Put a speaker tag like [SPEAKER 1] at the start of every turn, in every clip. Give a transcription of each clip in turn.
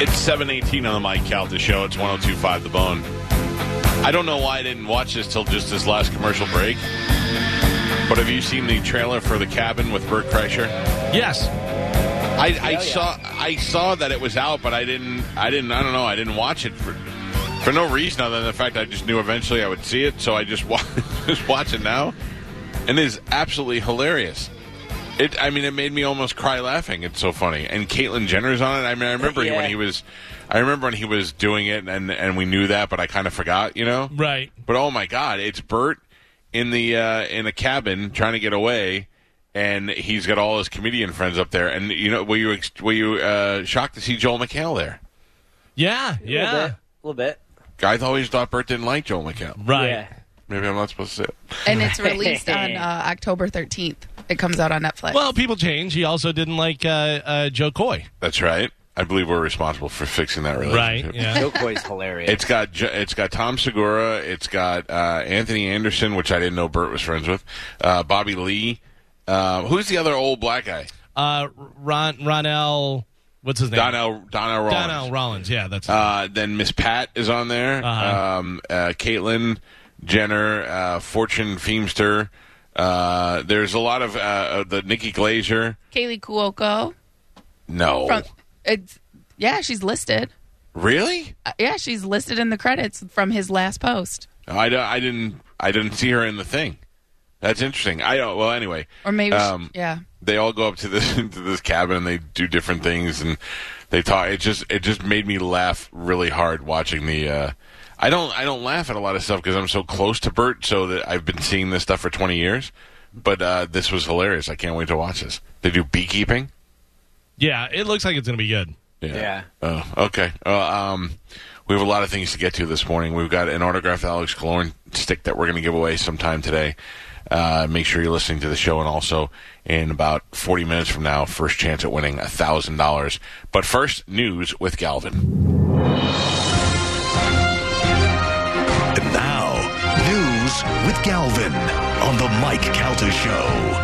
[SPEAKER 1] It's 718 on the Mike Calta show. It's 1025 The Bone. I don't know why I didn't watch this till just this last commercial break. But have you seen the trailer for The Cabin with Bert Kreischer?
[SPEAKER 2] Yes.
[SPEAKER 1] I, I saw I saw that it was out, but I didn't I didn't I don't know I didn't watch it for for no reason other than the fact I just knew eventually I would see it, so I just wa- just watch it now, and it is absolutely hilarious. It I mean it made me almost cry laughing. It's so funny, and Caitlyn Jenner's on it. I mean I remember
[SPEAKER 3] Yeah.
[SPEAKER 1] when he was I remember when he was doing it, and and we knew that, but I kind of forgot, you know.
[SPEAKER 2] Right.
[SPEAKER 1] But oh my God, it's Bert in the uh, in a cabin trying to get away, and he's got all his comedian friends up there. And you know, were you ex- were you uh, shocked to see Joel McHale there?
[SPEAKER 2] Yeah.
[SPEAKER 3] A little
[SPEAKER 2] Yeah.
[SPEAKER 3] bit. little bit.
[SPEAKER 1] Guys always thought Bert didn't like Joel McHale.
[SPEAKER 2] Right.
[SPEAKER 3] Yeah.
[SPEAKER 1] Maybe I'm not supposed to say it.
[SPEAKER 4] and it's released on uh, October 13th. It comes out on Netflix.
[SPEAKER 2] Well, people change. He also didn't like uh, uh, Joe Coy.
[SPEAKER 1] That's right. I believe we're responsible for fixing that relationship.
[SPEAKER 2] Yeah.
[SPEAKER 3] Jokoi's hilarious.
[SPEAKER 1] It's got Jo- it's got Tom Segura. It's got uh, Anthony Anderson, which I didn't know Bert was friends with. Uh, Bobby Lee. Uh, who's the other old black guy?
[SPEAKER 2] Uh, Ron Ronell. What's his name?
[SPEAKER 1] Donnell Donnell Rollins.
[SPEAKER 2] Donnell Rollins. Yeah. That's.
[SPEAKER 1] Uh, then Miss Pat is on there.
[SPEAKER 2] Uh-huh.
[SPEAKER 1] Um, uh, Caitlin Jenner, uh, Fortune Feemster. Uh, there's a lot of uh, uh, the Nikki Glazer.
[SPEAKER 4] Kaylee Cuoco.
[SPEAKER 1] No,
[SPEAKER 4] From, it's, yeah, she's listed.
[SPEAKER 1] really?
[SPEAKER 4] Uh, yeah, she's listed in the credits from his last post.
[SPEAKER 1] I, don't- I didn't I didn't see her in the thing. That's interesting. I don't. Well, anyway,
[SPEAKER 4] Or maybe, she-
[SPEAKER 1] Um,
[SPEAKER 4] yeah.
[SPEAKER 1] they all go up to this to this cabin and they do different things and they talk. It just it just made me laugh really hard watching the. Uh, I don't I don't laugh at a lot of stuff because I'm so close to Bert, so that I've been seeing this stuff for 20 years. But uh, this was hilarious. I can't wait to watch this. They do beekeeping.
[SPEAKER 2] yeah. It looks like it's going to be good.
[SPEAKER 3] Yeah.
[SPEAKER 1] Oh, okay. Uh, um, we have a lot of things to get to this morning. We've got an autographed Alex Kalorn stick that we're going to give away sometime today. Uh, make sure you're listening to the show, and also in about 40 minutes from now, first chance at winning thousand dollars. But first, news with Galvin.
[SPEAKER 5] And now, news with Galvin on the Mike Calta Show.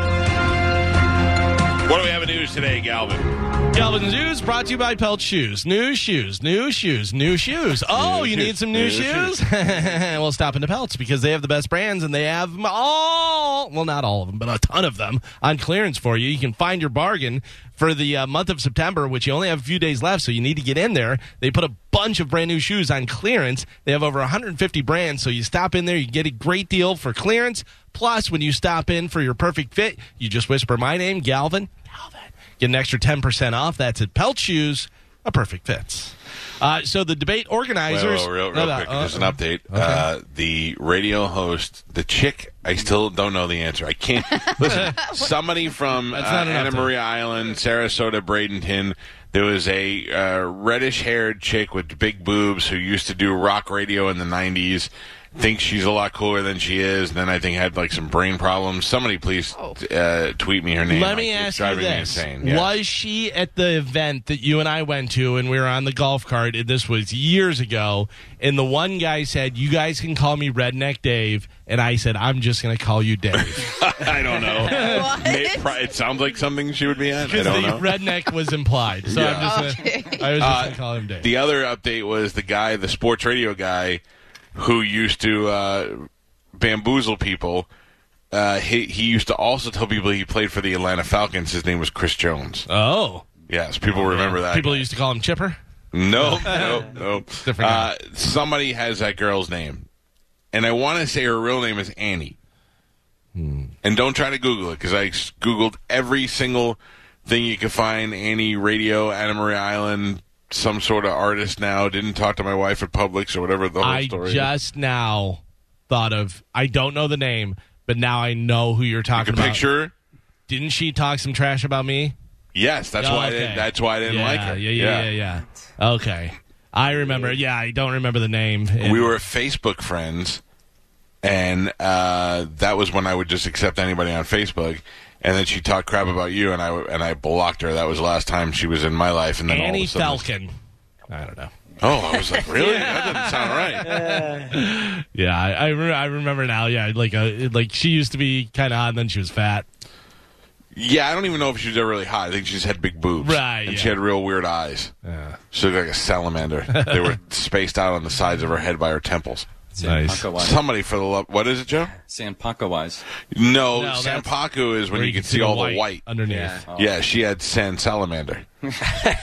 [SPEAKER 1] What do we have in news today, Galvin?
[SPEAKER 2] Galvin's News brought to you by Pelt Shoes. New shoes, new shoes, new shoes. Oh,
[SPEAKER 1] New
[SPEAKER 2] you
[SPEAKER 1] shoes,
[SPEAKER 2] need some new,
[SPEAKER 1] new
[SPEAKER 2] shoes? well, stop into Pelts because they have the best brands and they have them all, well, not all of them, but a ton of them on clearance for you. You can find your bargain for the uh, month of September, which you only have a few days left, so you need to get in there. They put a bunch of brand new shoes on clearance. They have over 150 brands, so you stop in there, you get a great deal for clearance. Plus, when you stop in for your perfect fit, you just whisper my name, Galvin. Galvin. Get an extra 10% off. That's at Pelt Shoes, a perfect fit. Uh, so the debate
[SPEAKER 1] Wait,
[SPEAKER 2] organizers.
[SPEAKER 1] wait, real, real
[SPEAKER 2] Uh,
[SPEAKER 1] quick,
[SPEAKER 2] uh,
[SPEAKER 1] just an update. Uh, the radio host, the chick, I still don't know the answer. I can't listen. somebody from uh,
[SPEAKER 2] That's not an
[SPEAKER 1] Anna
[SPEAKER 2] update.
[SPEAKER 1] Maria Island, Sarasota, Bradenton. There was a uh, reddish-haired chick with big boobs who used to do rock radio in the '90s. Thinks she's a lot cooler than she is. And then I think had like some brain problems. Somebody please uh, tweet me her name.
[SPEAKER 2] Oh. Let
[SPEAKER 1] Like,
[SPEAKER 2] me
[SPEAKER 1] it's
[SPEAKER 2] ask you
[SPEAKER 1] driving me
[SPEAKER 2] this:
[SPEAKER 1] insane. Yeah.
[SPEAKER 2] Was she at the event that you and I went to, and we were on the golf cart? And this was years ago. And the one guy said, "You guys can call me Redneck Dave," and I said, "I'm just going to call you Dave
[SPEAKER 1] I don't know.
[SPEAKER 4] What?
[SPEAKER 1] May- pro- it sounds like something she would be at. I
[SPEAKER 2] because
[SPEAKER 1] don't
[SPEAKER 2] the
[SPEAKER 1] know.
[SPEAKER 2] redneck was implied." So
[SPEAKER 1] Yeah. Uh,
[SPEAKER 2] I'm just gonna, I was just going to call him Dave.
[SPEAKER 1] The other update was the guy, the sports radio guy, who used to uh, bamboozle people. Uh, he, he used to also tell people he played for the Atlanta Falcons. His name was Chris Jones.
[SPEAKER 2] oh,
[SPEAKER 1] Yes, people remember that.
[SPEAKER 2] people used to call him Chipper.
[SPEAKER 1] no, no, no.
[SPEAKER 2] Different
[SPEAKER 1] Uh, somebody has that girl's name, and I want to say her real name is Annie.
[SPEAKER 2] Hmm.
[SPEAKER 1] And don't try to Google it because I s- googled every single thing you could find. Annie Radio, Anna Maria Island, some sort of artist now. Didn't talk to my wife at Publix or whatever the whole
[SPEAKER 2] I
[SPEAKER 1] story. is.
[SPEAKER 2] just now thought of. I don't know the name, but now I know who you're
[SPEAKER 1] you
[SPEAKER 2] talking
[SPEAKER 1] can
[SPEAKER 2] about.
[SPEAKER 1] picture. her.
[SPEAKER 2] Didn't she talk some trash about me?
[SPEAKER 1] Yes, that's why. I
[SPEAKER 2] Oh, Okay.
[SPEAKER 1] didn't, that's why I didn't
[SPEAKER 2] yeah,
[SPEAKER 1] like her.
[SPEAKER 2] Yeah, yeah, yeah, yeah, yeah. Okay. I remember. Yeah, I don't remember the name. And-
[SPEAKER 1] We were Facebook friends, and uh, that was when I would just accept anybody on Facebook. And then she talked crap about you, and I w- and I blocked her. That was the last time she was in my life. And then all
[SPEAKER 2] Annie
[SPEAKER 1] of a sudden,
[SPEAKER 2] Falcon. I don't know.
[SPEAKER 1] oh, I was like, really? That doesn't sound right.
[SPEAKER 2] Yeah, I I, re- I remember now. Yeah, like uh like she used to be kind of hot, and then she was fat.
[SPEAKER 1] Yeah, I don't even know if she was ever really hot. I think she just had big boobs,
[SPEAKER 2] Right,
[SPEAKER 1] And
[SPEAKER 2] yeah.
[SPEAKER 1] she had real weird eyes. She looked like a salamander. they were spaced out on the sides of her head by her temples.
[SPEAKER 2] Nice.
[SPEAKER 3] Sanpaka wise.
[SPEAKER 1] Somebody for the love, what is it, Joe?
[SPEAKER 3] Sanpaka wise.
[SPEAKER 1] No,
[SPEAKER 2] No, that's-
[SPEAKER 1] Sanpaku is when
[SPEAKER 2] Where
[SPEAKER 1] you, can see all the white.
[SPEAKER 2] underneath.
[SPEAKER 1] Yeah, she had San Salamander.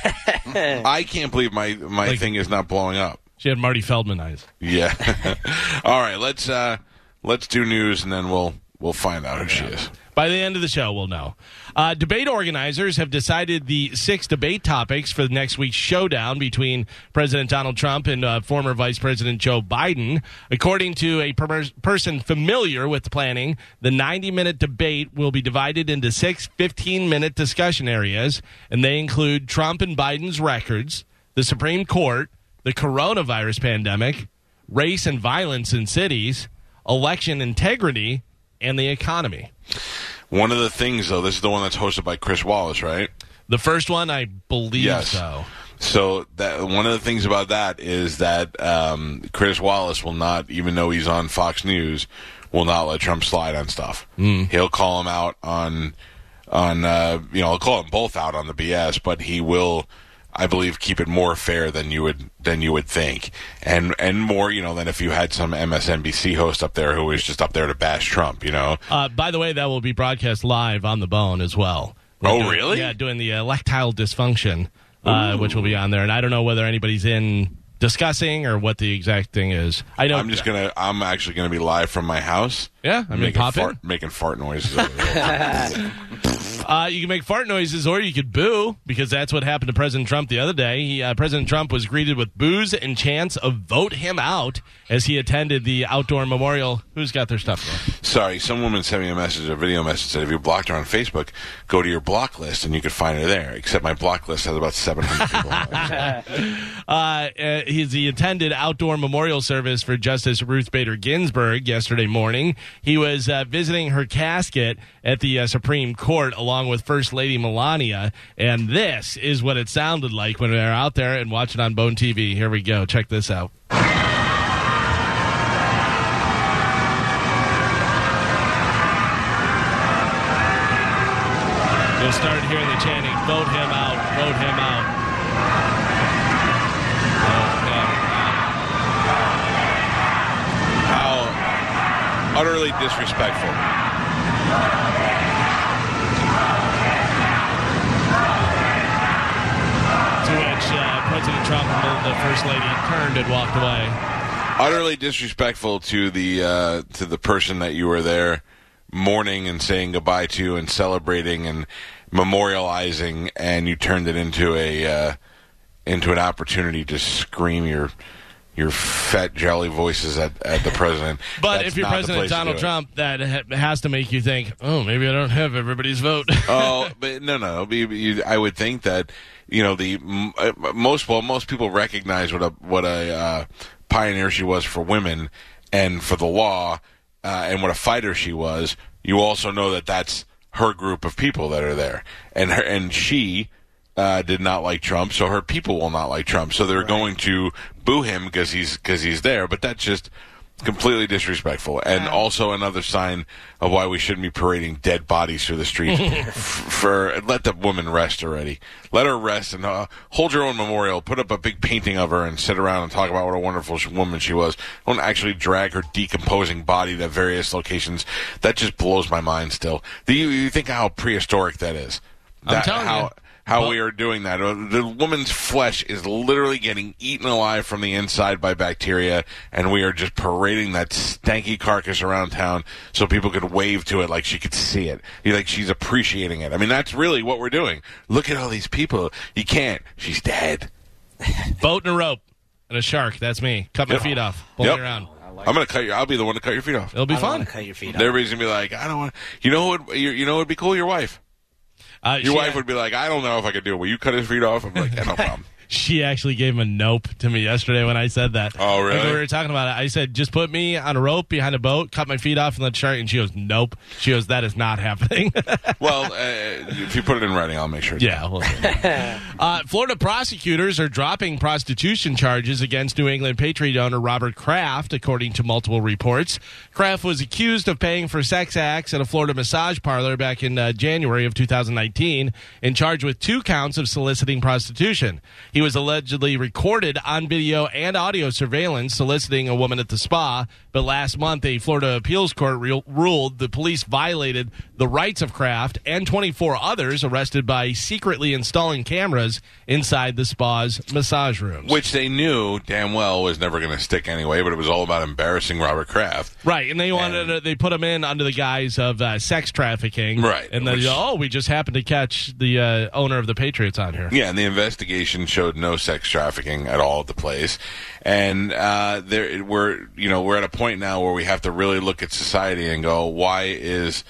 [SPEAKER 1] I can't believe my my
[SPEAKER 2] Like-
[SPEAKER 1] thing is not blowing up.
[SPEAKER 2] She had Marty Feldman eyes.
[SPEAKER 1] Yeah. all right, let's uh let's do news and then we'll we'll find out who she is.
[SPEAKER 2] By the end of the show, we'll know. Uh, debate organizers have decided the six debate topics for next week's showdown between President Donald Trump and uh, former Vice President Joe Biden. According to a per- person familiar with planning, the 90 minute debate will be divided into six 15 minute discussion areas, and they include Trump and Biden's records, the Supreme Court, the coronavirus pandemic, race and violence in cities, election integrity, and the economy.
[SPEAKER 1] One of the things though, this is the one that's hosted by Chris Wallace, right?
[SPEAKER 2] The first one, I believe
[SPEAKER 1] Yes.
[SPEAKER 2] so.
[SPEAKER 1] So that one of the things about that is that um, Chris Wallace will not, even though he's on Fox News, will not let Trump slide on stuff.
[SPEAKER 2] Hmm.
[SPEAKER 1] He'll call him out on on uh, you know, I'll call them both out on the BS, but he will, I believe, keep it more fair than you would than you would think, and and more you know than if you had some MSNBC host up there who was just up there to bash Trump, you know.
[SPEAKER 2] Uh, by the way, that will be broadcast live on the bone as well.
[SPEAKER 1] Oh,
[SPEAKER 2] doing-
[SPEAKER 1] really?
[SPEAKER 2] Yeah, doing the electile dysfunction, uh, which will be on there. And I don't know whether anybody's in discussing or what the exact thing is. I know.
[SPEAKER 1] I'm just gonna. I'm actually gonna be live from my house.
[SPEAKER 2] Yeah, I mean,
[SPEAKER 1] making
[SPEAKER 2] pop in.
[SPEAKER 1] fart, making fart noises. over there.
[SPEAKER 2] Uh, you can make fart noises or you could boo because that's what happened to President Trump the other day. He, uh, President Trump was greeted with boos and chants of "Vote him out" as he attended the outdoor memorial. Who's got their stuff? There?
[SPEAKER 1] Sorry, some woman sent me a message, a video message, said if you blocked her on Facebook, go to your block list and you could find her there. Except my block list has about 700 people. on it.
[SPEAKER 2] uh, uh, his, he attended outdoor memorial service for Justice Ruth Bader Ginsburg yesterday morning. He was uh, visiting her casket at the uh, Supreme Court along with First Lady Melania, and this is what it sounded like when we were out there and watching on Bone TV. Here we go. Check this out. You'll start hearing the chanting, vote him out, vote him out. uh,
[SPEAKER 1] How utterly disrespectful.
[SPEAKER 2] To which uh, President Trump and the First Lady turned and walked away.
[SPEAKER 1] Utterly disrespectful to the uh, to the person that you were there mourning and saying goodbye to and celebrating and memorializing, and you turned it into a uh, into an opportunity to scream your your fat jolly voices at, at the president.
[SPEAKER 2] But
[SPEAKER 1] That's
[SPEAKER 2] if you're
[SPEAKER 1] not the
[SPEAKER 2] President
[SPEAKER 1] place to
[SPEAKER 2] Donald
[SPEAKER 1] do it.
[SPEAKER 2] Trump, that ha- has to make you think, oh, maybe I don't have everybody's vote.
[SPEAKER 1] Oh, but no, no. it'll be- you- I would think that you know the m- uh, most well most people recognize what a what a uh, pioneer she was for women and for the law, uh, and what a fighter she was. You also know that that's her group of people that are there, and her and she. Uh, did not like Trump, so her people will not like Trump. So they're going to boo him because he's because he's there. But that's just completely disrespectful and also another sign of why we shouldn't be parading dead bodies through the streets f- for let the woman rest already let her rest and uh, hold your own memorial put up a big painting of her and sit around and talk about what a wonderful sh- woman she was don't actually drag her decomposing body to various locations that just blows my mind still do you, you think how prehistoric that is that,
[SPEAKER 2] telling
[SPEAKER 1] how how
[SPEAKER 2] you. Well-
[SPEAKER 1] we are doing that. Uh, The woman's flesh is literally getting eaten alive from the inside by bacteria, and we are just parading that stanky carcass around town so people could wave to it like she could see it. You- Like she's appreciating it. I mean, that's really what we're doing. Look at all these people. You can't. She's dead.
[SPEAKER 2] Boat and a rope and a shark. That's me. Cut my
[SPEAKER 1] Yep.
[SPEAKER 2] feet off. Pull
[SPEAKER 1] Yep.
[SPEAKER 2] me around.
[SPEAKER 1] I'm gonna cut your. I'll be the one to cut your feet off.
[SPEAKER 2] It'll be
[SPEAKER 3] I don't wanna
[SPEAKER 2] fun.
[SPEAKER 3] cut your feet off.
[SPEAKER 1] Everybody's gonna be like, I don't want. You know what? You, you know what'd be cool? Your wife.
[SPEAKER 2] Uh,
[SPEAKER 1] Your
[SPEAKER 2] she-
[SPEAKER 1] wife would be like, I don't know if I could do it. Will you cut his feet off? I'm like, yeah, no problem.
[SPEAKER 2] She actually gave him a nope to me yesterday when I said that.
[SPEAKER 1] Oh, really?
[SPEAKER 2] Like, we were talking about it. I said, just put me on a rope behind a boat, cut my feet off, and let shark. And she goes, nope. She goes, that is not happening.
[SPEAKER 1] well, uh, if you put it in writing, I'll make sure.
[SPEAKER 2] yeah. well- uh, Florida prosecutors are dropping prostitution charges against New England Patriot owner Robert Kraft, according to multiple reports. Kraft was accused of paying for sex acts at a Florida massage parlor back in uh, January of 2019 and charged with two counts of soliciting prostitution. He was allegedly recorded on video and audio surveillance soliciting a woman at the spa, but last month a Florida appeals court re- ruled the police violated the rights of Kraft and 24 others arrested by secretly installing cameras inside the spa's massage rooms.
[SPEAKER 1] Which they knew damn well was never going to stick anyway, but it was all about embarrassing Robert Kraft.
[SPEAKER 2] Right, and they wanted to, they put him in under the guise of uh, sex trafficking,
[SPEAKER 1] Right,
[SPEAKER 2] And then
[SPEAKER 1] which-
[SPEAKER 2] oh, we just happened to catch the uh, owner of the Patriots on here.
[SPEAKER 1] Yeah, and the investigation showed no sex trafficking at all at the place, and uh, there we're you know we're at a point now where we have to really look at society and go, why is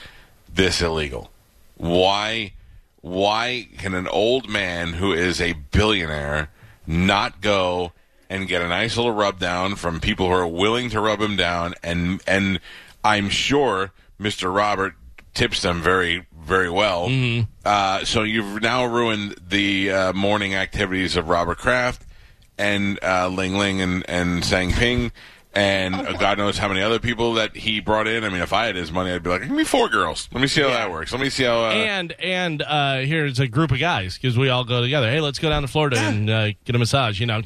[SPEAKER 1] this illegal? Why why can an old man who is a billionaire not go and get a nice little rub down from people who are willing to rub him down and and I'm sure Mr. Robert tips them very very well. Uh, so you've now ruined the uh, morning activities of Robert Kraft and uh, Ling Ling and and Sang Ping. And uh, God knows how many other people that he brought in. I mean, if I had his money, I'd be like, give me four girls. Let me see how that works. Let me see how. Uh,
[SPEAKER 2] and and uh, here's a group of guys because we all go together. Hey, let's go down to Florida and uh, get a massage. You know,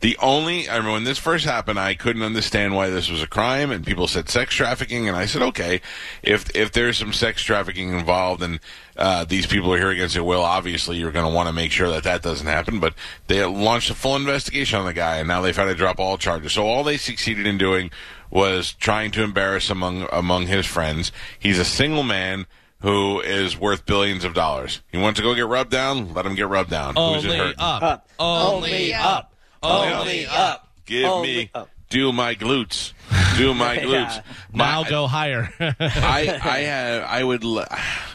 [SPEAKER 1] The only, I remember when this first happened, I couldn't understand why this was a crime, and people said sex trafficking, and I said, okay, if if there's some sex trafficking involved, and uh, these people are here against their will, obviously you're going to want to make sure that that doesn't happen. But they launched a full investigation on the guy, and now they've had to drop all charges. So all they succeeded in doing was trying to embarrass among among his friends. He's a single man. Who is worth billions of dollars? He wants to go get rubbed down. Let him get rubbed down. Who's it
[SPEAKER 2] only
[SPEAKER 1] hurting?
[SPEAKER 2] up.
[SPEAKER 3] Up.
[SPEAKER 4] oh.
[SPEAKER 2] Only
[SPEAKER 3] Only
[SPEAKER 4] up.
[SPEAKER 3] up. Only up. oh.
[SPEAKER 1] Give
[SPEAKER 3] Only
[SPEAKER 1] me
[SPEAKER 3] up.
[SPEAKER 1] do my glutes, do my glutes. My-
[SPEAKER 2] Now go higher.
[SPEAKER 1] I I have I would. l-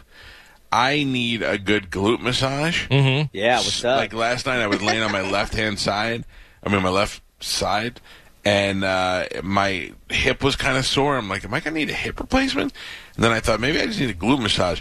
[SPEAKER 1] I need a good glute massage. Mm-hmm.
[SPEAKER 3] Yeah, what's up?
[SPEAKER 1] Like last night, I was laying on my left hand side. I mean, my left side, and uh, my hip was kind of sore. I'm like, am I gonna need a hip replacement? And then I thought maybe I just need a glute massage.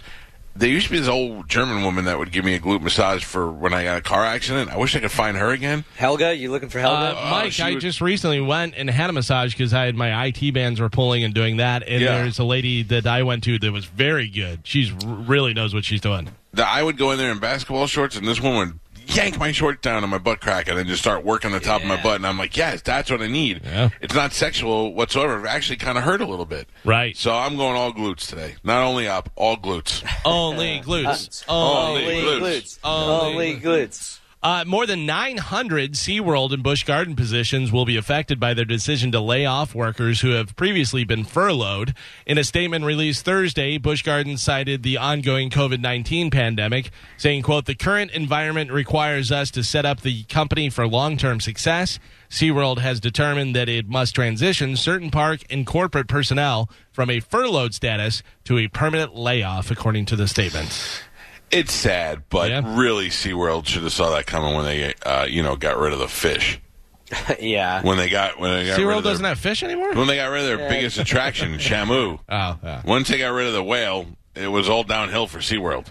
[SPEAKER 1] There used to be this old German woman that would give me a glute massage for when I got in a car accident. I wish I could find her again.
[SPEAKER 3] Helga, you looking for
[SPEAKER 2] Uh,
[SPEAKER 3] Helga?
[SPEAKER 2] Mike,
[SPEAKER 1] oh, she
[SPEAKER 2] I
[SPEAKER 1] would-
[SPEAKER 2] just recently went and had a massage because I had my IT bands were pulling and doing that. And
[SPEAKER 1] Yeah.
[SPEAKER 2] there's a lady that I went to that was very good. She's r- really knows what she's doing.
[SPEAKER 1] that I would go in there in basketball shorts, and this woman would yank my shorts down on my butt crack, and then just start working the top of my butt. And I'm like, yes, that's what I need.
[SPEAKER 2] Yeah.
[SPEAKER 1] It's not sexual whatsoever. It actually kind of hurt a little bit.
[SPEAKER 2] Right.
[SPEAKER 1] So I'm going all glutes today. Not only up, all glutes.
[SPEAKER 2] Only glutes.
[SPEAKER 1] Only
[SPEAKER 2] Only.
[SPEAKER 1] glutes.
[SPEAKER 2] Only
[SPEAKER 3] Only glutes.
[SPEAKER 2] Uh, more than 900 SeaWorld and Busch Garden positions will be affected by their decision to lay off workers who have previously been furloughed. In a statement released Thursday, Busch Garden cited the ongoing COVID-19 pandemic, saying, quote, the current environment requires us to set up the company for long-term success. SeaWorld has determined that it must transition certain park and corporate personnel from a furloughed status to a permanent layoff, according to the statement.
[SPEAKER 1] It's sad, but
[SPEAKER 2] Yeah.
[SPEAKER 1] really, SeaWorld should have saw that coming when they, uh, you know, got rid of the fish.
[SPEAKER 3] yeah.
[SPEAKER 1] When they got when they got rid
[SPEAKER 2] SeaWorld
[SPEAKER 1] of their,
[SPEAKER 2] doesn't have fish anymore?
[SPEAKER 1] when they got rid of their biggest attraction, Shamu.
[SPEAKER 2] Oh, yeah.
[SPEAKER 1] Once they got rid of the whale, it was all downhill for SeaWorld.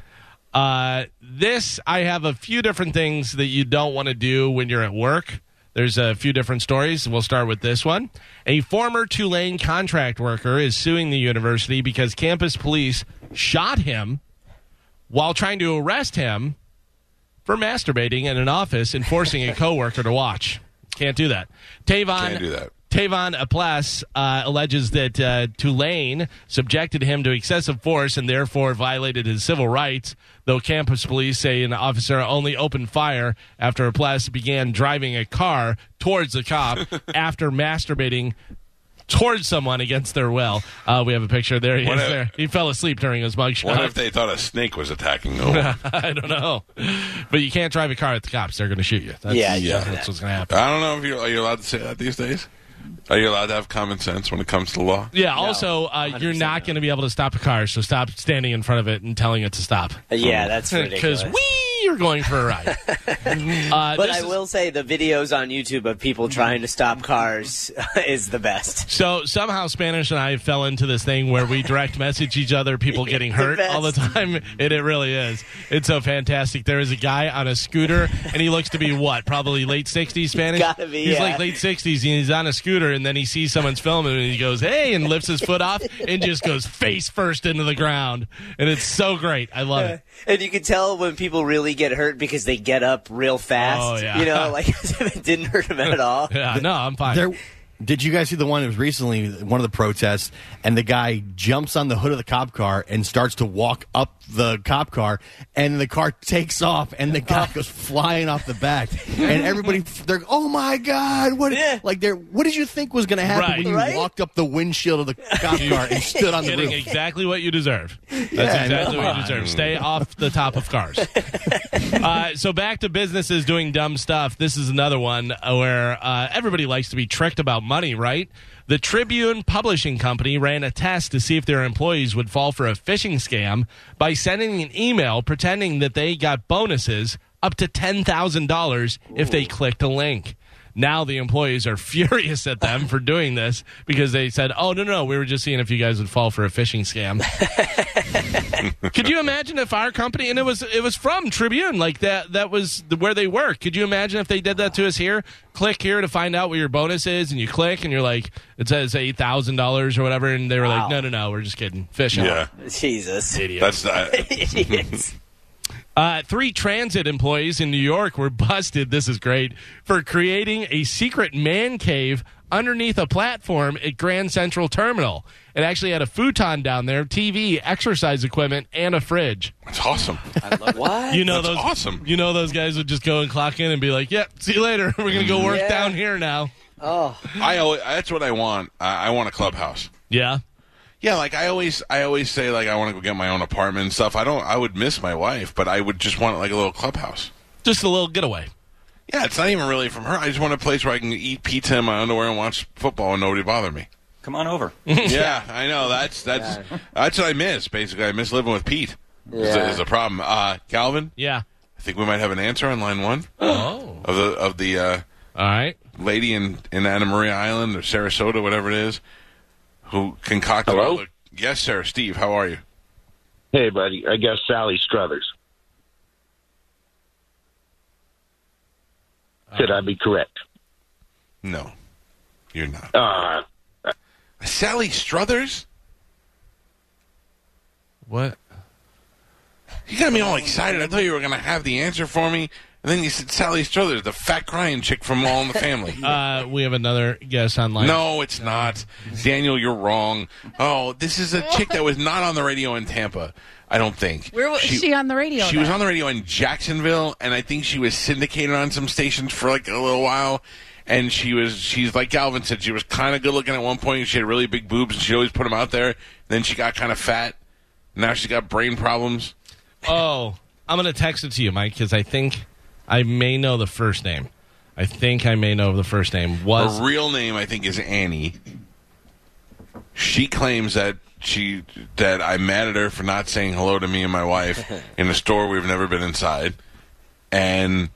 [SPEAKER 2] Uh, this, I have a few different things that you don't want to do when you're at work. There's a few different stories. We'll start with this one. A former Tulane contract worker is suing the university because campus police shot him while trying to arrest him for masturbating in an office and forcing a coworker to watch. Can't do that. Tavon
[SPEAKER 1] Can't do that.
[SPEAKER 2] Tavon Aplas uh, alleges that uh, Tulane subjected him to excessive force and therefore violated his civil rights, though campus police say an officer only opened fire after Aplas began driving a car towards the cop after masturbating towards someone against their will. Uh, we have a picture. There he
[SPEAKER 1] What
[SPEAKER 2] is
[SPEAKER 1] if-
[SPEAKER 2] there. He fell asleep during his
[SPEAKER 1] What
[SPEAKER 2] mugshot.
[SPEAKER 1] if they thought a snake was attacking them?
[SPEAKER 2] I don't know. But you can't drive a car at the cops. They're going to shoot you. That's,
[SPEAKER 3] Yeah, yeah.
[SPEAKER 2] That's what's going to happen.
[SPEAKER 1] I don't know if you're, are you allowed to say that these days. Are you allowed to have common sense when it comes to law?
[SPEAKER 2] Yeah. Also, uh, you're not going to be able to stop a car, so stop standing in front of it and telling it to stop.
[SPEAKER 3] Yeah, that's ridiculous.
[SPEAKER 2] Because we are going for a ride. uh,
[SPEAKER 3] but
[SPEAKER 2] this
[SPEAKER 3] I
[SPEAKER 2] is-
[SPEAKER 3] will say the videos on YouTube of people trying to stop cars is the best.
[SPEAKER 2] So somehow Spanish and I fell into this thing where we direct message each other, people getting
[SPEAKER 3] the
[SPEAKER 2] hurt
[SPEAKER 3] best.
[SPEAKER 2] all the time. It, it really is. It's so fantastic. There is a guy on a scooter, and he looks to be what, probably late sixties Spanish.
[SPEAKER 3] Gotta be,
[SPEAKER 2] he's
[SPEAKER 3] yeah.
[SPEAKER 2] like late sixties, and he's on a scooter, and then he sees someone's filming, and he goes, "Hey!" and lifts his foot off, and just goes face first into the ground, and it's so great. I love it.
[SPEAKER 3] And you can tell when people really get hurt because they get up real fast.
[SPEAKER 2] Oh, yeah.
[SPEAKER 3] You know, like it didn't hurt them at all.
[SPEAKER 2] Yeah, Uh, no, I'm fine.
[SPEAKER 6] There, did you guys see the one that was recently one of the protests and the guy jumps on the hood of the cop car and starts to walk up the cop car and the car takes off and the cop goes flying off the back and everybody they're oh my god what
[SPEAKER 3] Yeah.
[SPEAKER 6] like they what did you think was going to happen
[SPEAKER 2] Right.
[SPEAKER 6] when you
[SPEAKER 3] Right?
[SPEAKER 6] walked up the windshield of the cop car and stood on the
[SPEAKER 2] Getting
[SPEAKER 6] roof
[SPEAKER 2] exactly what you deserve. That's
[SPEAKER 6] Yeah,
[SPEAKER 2] exactly what
[SPEAKER 6] come
[SPEAKER 2] you deserve. Stay off the top of cars. uh, so back to businesses doing dumb stuff. This is another one uh, where uh, everybody likes to be tricked about money, right? The Tribune Publishing Company ran a test to see if their employees would fall for a phishing scam by sending an email pretending that they got bonuses up to $10,000 if they clicked a link. Now the employees are furious at them for doing this because they said, "Oh no, no, we were just seeing if you guys would fall for a phishing scam." Could you imagine if our company and it was it was from Tribune like that that was the, where they work? Could you imagine if they did that to us here? Click here to find out what your bonus is, and you click, and you're like, it says eight thousand dollars or whatever, and they were like,
[SPEAKER 3] Wow.
[SPEAKER 2] "No, no, no, we're just kidding, phishing."
[SPEAKER 1] Yeah,
[SPEAKER 3] Jesus.
[SPEAKER 1] that's uh, not.
[SPEAKER 3] Idiots.
[SPEAKER 2] Uh, three transit employees in New York were busted. This is great for creating a secret man cave underneath a platform at Grand Central Terminal. It actually had a futon down there, TV, exercise equipment, and a fridge.
[SPEAKER 1] It's awesome.
[SPEAKER 3] what?
[SPEAKER 2] You know
[SPEAKER 1] That's
[SPEAKER 2] those
[SPEAKER 1] awesome.
[SPEAKER 2] You know those guys would just go and clock in and be like, "Yep, see you later. We're gonna go work
[SPEAKER 3] Yeah.
[SPEAKER 2] down here now."
[SPEAKER 3] oh,
[SPEAKER 1] I always, that's what I want. I, I want a clubhouse.
[SPEAKER 2] Yeah.
[SPEAKER 1] Yeah, like I always, I always say like I want to go get my own apartment and stuff. I don't, I would miss my wife, but I would just want like a little clubhouse.
[SPEAKER 2] Just a little getaway.
[SPEAKER 1] Yeah, it's not even really from her. I just want a place where I can eat pizza in my underwear and watch football and nobody bother me.
[SPEAKER 7] Come on over.
[SPEAKER 1] yeah, I know. That's that's that's what I miss. Basically, I miss living with Pete. Is,
[SPEAKER 3] Yeah.
[SPEAKER 1] a, is a problem. Uh, Calvin,
[SPEAKER 2] Yeah.
[SPEAKER 1] I think we might have an answer on line one
[SPEAKER 2] Oh.
[SPEAKER 1] of the of the uh,
[SPEAKER 2] All right.
[SPEAKER 1] lady in in Anna Maria Island or Sarasota, whatever it is, who concocted.
[SPEAKER 8] Hello?
[SPEAKER 1] all the- yes, sir. Steve, how are you?
[SPEAKER 8] Hey, buddy. I guess Sally Struthers. Should I be correct?
[SPEAKER 1] No, you're not.
[SPEAKER 8] Uh,
[SPEAKER 1] Sally Struthers?
[SPEAKER 2] What?
[SPEAKER 1] You got me all excited. I thought you were going to have the answer for me. And then you said Sally Struthers, the fat crying chick from All in the Family.
[SPEAKER 2] Uh, we have another guest online.
[SPEAKER 1] no, it's not. Daniel, you're wrong. Oh, this is a chick that was not on the radio in Tampa, I don't think.
[SPEAKER 4] Where was she, on the radio?
[SPEAKER 1] She was
[SPEAKER 4] then?
[SPEAKER 1] on the radio in Jacksonville, and I think she was syndicated on some stations for like a little while. And she was, she's like Galvin said, she was kind of good looking at one point. She had really big boobs, and she always put them out there. Then she got kind of fat. Now she's got brain problems.
[SPEAKER 2] Oh, I'm gonna text it to you, Mike, because I think I may know the first name. I think I may know the first name. Was
[SPEAKER 1] Her real name, I think, is Annie. She claims that she that I'm mad at her for not saying hello to me and my wife in a store we've never been inside, and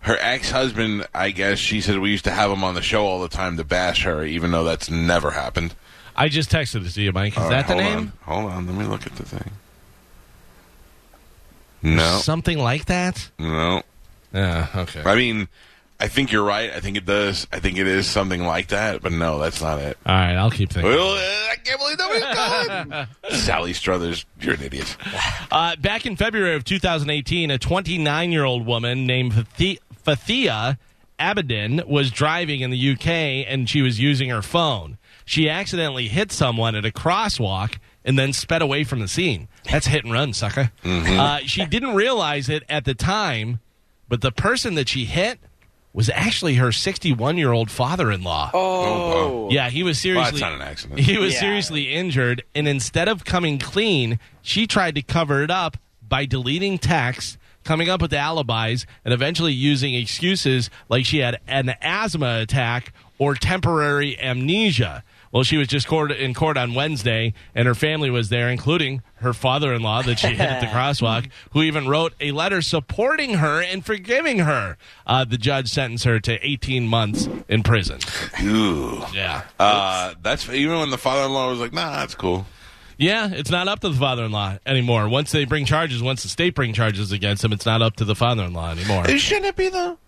[SPEAKER 1] her ex husband. I guess she said we used to have him on the show all the time to bash her, even though that's never happened.
[SPEAKER 2] I just texted it to you, Mike? Is
[SPEAKER 1] All right,
[SPEAKER 2] that the
[SPEAKER 1] hold
[SPEAKER 2] name?
[SPEAKER 1] On. Hold on, let me look at the thing. No,
[SPEAKER 2] Something like that.
[SPEAKER 1] no.
[SPEAKER 2] Yeah. Okay.
[SPEAKER 1] I mean, I think you're right. I think it does. I think it is something like that, but no, that's not it.
[SPEAKER 2] All right. I'll keep thinking.
[SPEAKER 1] Well, uh, I can't believe nobody's gone. Sally Struthers, you're an idiot.
[SPEAKER 2] Uh, back in February of 2018, a 29 year old woman named Fathi- Fathia Abedin was driving in the UK and she was using her phone. She accidentally hit someone at a crosswalk and then sped away from the scene. That's hit and run, sucker. Uh, she didn't realize it at the time, but the person that she hit was actually her 61 year old father in law.
[SPEAKER 1] Oh,
[SPEAKER 2] Yeah, he was
[SPEAKER 1] well, that's
[SPEAKER 2] seriously.
[SPEAKER 1] not an accident.
[SPEAKER 2] He was
[SPEAKER 3] Yeah.
[SPEAKER 2] seriously injured, and instead of coming clean, she tried to cover it up by deleting texts, coming up with alibis, and eventually using excuses like she had an asthma attack or temporary amnesia. Well, she was just court in court on Wednesday, and her family was there, including her father-in-law that she hit at the crosswalk, who even wrote a letter supporting her and forgiving her. Uh, the judge sentenced her to 18 months in prison.
[SPEAKER 1] Ooh.
[SPEAKER 2] Yeah,
[SPEAKER 1] Uh, that's even when the father-in-law was like, "Nah, that's cool."
[SPEAKER 2] yeah, it's not up to the father-in-law anymore. Once they bring charges, once the state bring charges against him, it's not up to the father-in-law anymore.
[SPEAKER 1] Shouldn't it be though?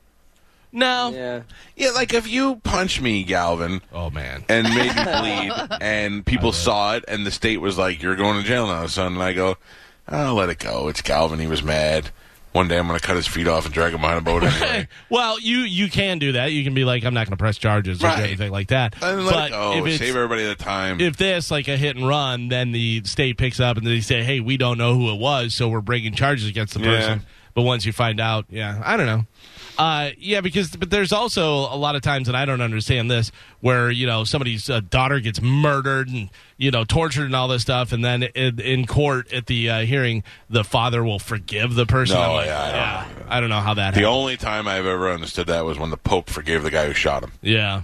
[SPEAKER 2] No.
[SPEAKER 3] Yeah.
[SPEAKER 1] Yeah, like if you punch me, Galvin,
[SPEAKER 2] Oh man.
[SPEAKER 1] and made me bleed, and people saw it, and the state was like, "You're going to jail now, son." And I go, "I'll let it go. It's Galvin. He was mad. One day I'm going to cut his feet off and drag him behind a boat anyway."
[SPEAKER 2] Well, you you can do that. You can be like, I'm not going to press charges or do
[SPEAKER 1] Right.
[SPEAKER 2] anything like that.
[SPEAKER 1] And oh, let it
[SPEAKER 2] but
[SPEAKER 1] go.
[SPEAKER 2] if
[SPEAKER 1] Save
[SPEAKER 2] it's,
[SPEAKER 1] everybody the time.
[SPEAKER 2] if this like a hit and run, then the state picks up and they say, Hey, we don't know who it was, so we're bringing charges against the
[SPEAKER 1] Yeah.
[SPEAKER 2] person. But once you find out, yeah, I don't know. Uh, yeah, because but there's also a lot of times, and I don't understand this, where you know somebody's uh, daughter gets murdered and you know tortured and all this stuff, and then in, in court at the uh, hearing, the father will forgive the person.
[SPEAKER 1] No,
[SPEAKER 2] I'm like,
[SPEAKER 1] yeah, I don't-
[SPEAKER 2] I don't know how that.
[SPEAKER 1] the
[SPEAKER 2] happened.
[SPEAKER 1] only time I've ever understood that was when the Pope forgave the guy who shot him.
[SPEAKER 2] yeah,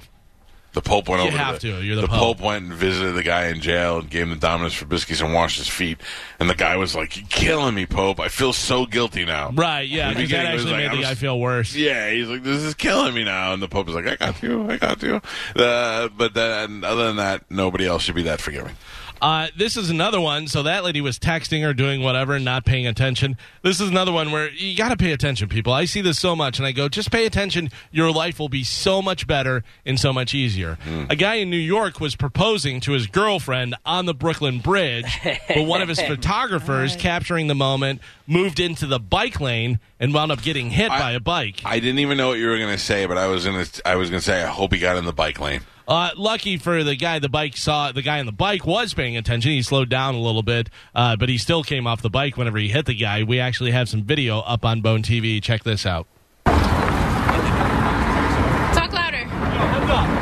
[SPEAKER 1] The Pope went
[SPEAKER 2] You
[SPEAKER 1] over.
[SPEAKER 2] have
[SPEAKER 1] the,
[SPEAKER 2] to. You're the Pope.
[SPEAKER 1] Pope. went and visited the guy in jail and gave him the Dominus Fibiscus and washed his feet. And the guy was like, "You're killing me, Pope. I feel so guilty now."
[SPEAKER 2] Right, yeah,
[SPEAKER 1] In the
[SPEAKER 2] because that
[SPEAKER 1] beginning, it was
[SPEAKER 2] actually
[SPEAKER 1] like,
[SPEAKER 2] made
[SPEAKER 1] I
[SPEAKER 2] the
[SPEAKER 1] was-
[SPEAKER 2] guy feel worse.
[SPEAKER 1] Yeah, he's like, "This is killing me now." And the Pope is like, "I got you. I got you." Uh, but then, other than that, nobody else should be that forgiving.
[SPEAKER 2] Uh, this is another one. So that lady was texting or doing whatever and not paying attention. This is another one where you got to pay attention, people. I see this so much, and I go, just pay attention. Your life will be so much better and so much easier. A guy in New York was proposing to his girlfriend on the Brooklyn Bridge, but one of his photographers capturing the moment moved into the bike lane and wound up getting hit
[SPEAKER 1] I-
[SPEAKER 2] by a bike.
[SPEAKER 1] I didn't even know what you were going to say, but I was gonna, I was going to say, I hope he got in the bike lane.
[SPEAKER 2] Uh, lucky for the guy, the bike saw the guy on the bike was paying attention. He slowed down a little bit, uh, but he still came off the bike whenever he hit the guy. We actually have some video up on Bone TV. Check this out.
[SPEAKER 4] Talk louder.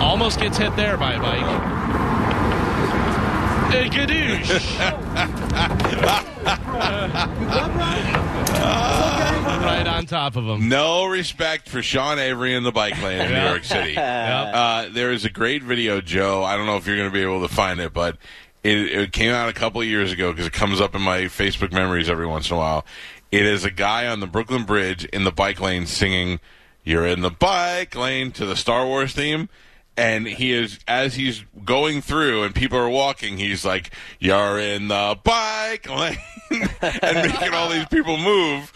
[SPEAKER 2] Almost gets hit there by a bike. Hey, gadoosh. right on top of him.
[SPEAKER 1] No respect for Sean Avery in the bike lane in New York City. Uh, there is a great video, Joe. I don't know if you're going to be able to find it, but it, it came out a couple of years ago because it comes up in my Facebook memories every once in a while. It is a guy on the Brooklyn Bridge in the bike lane singing "You're in the bike lane" to the Star Wars theme. And he is as he's going through, and people are walking. He's like, "You're in the bike lane," and making all these people move.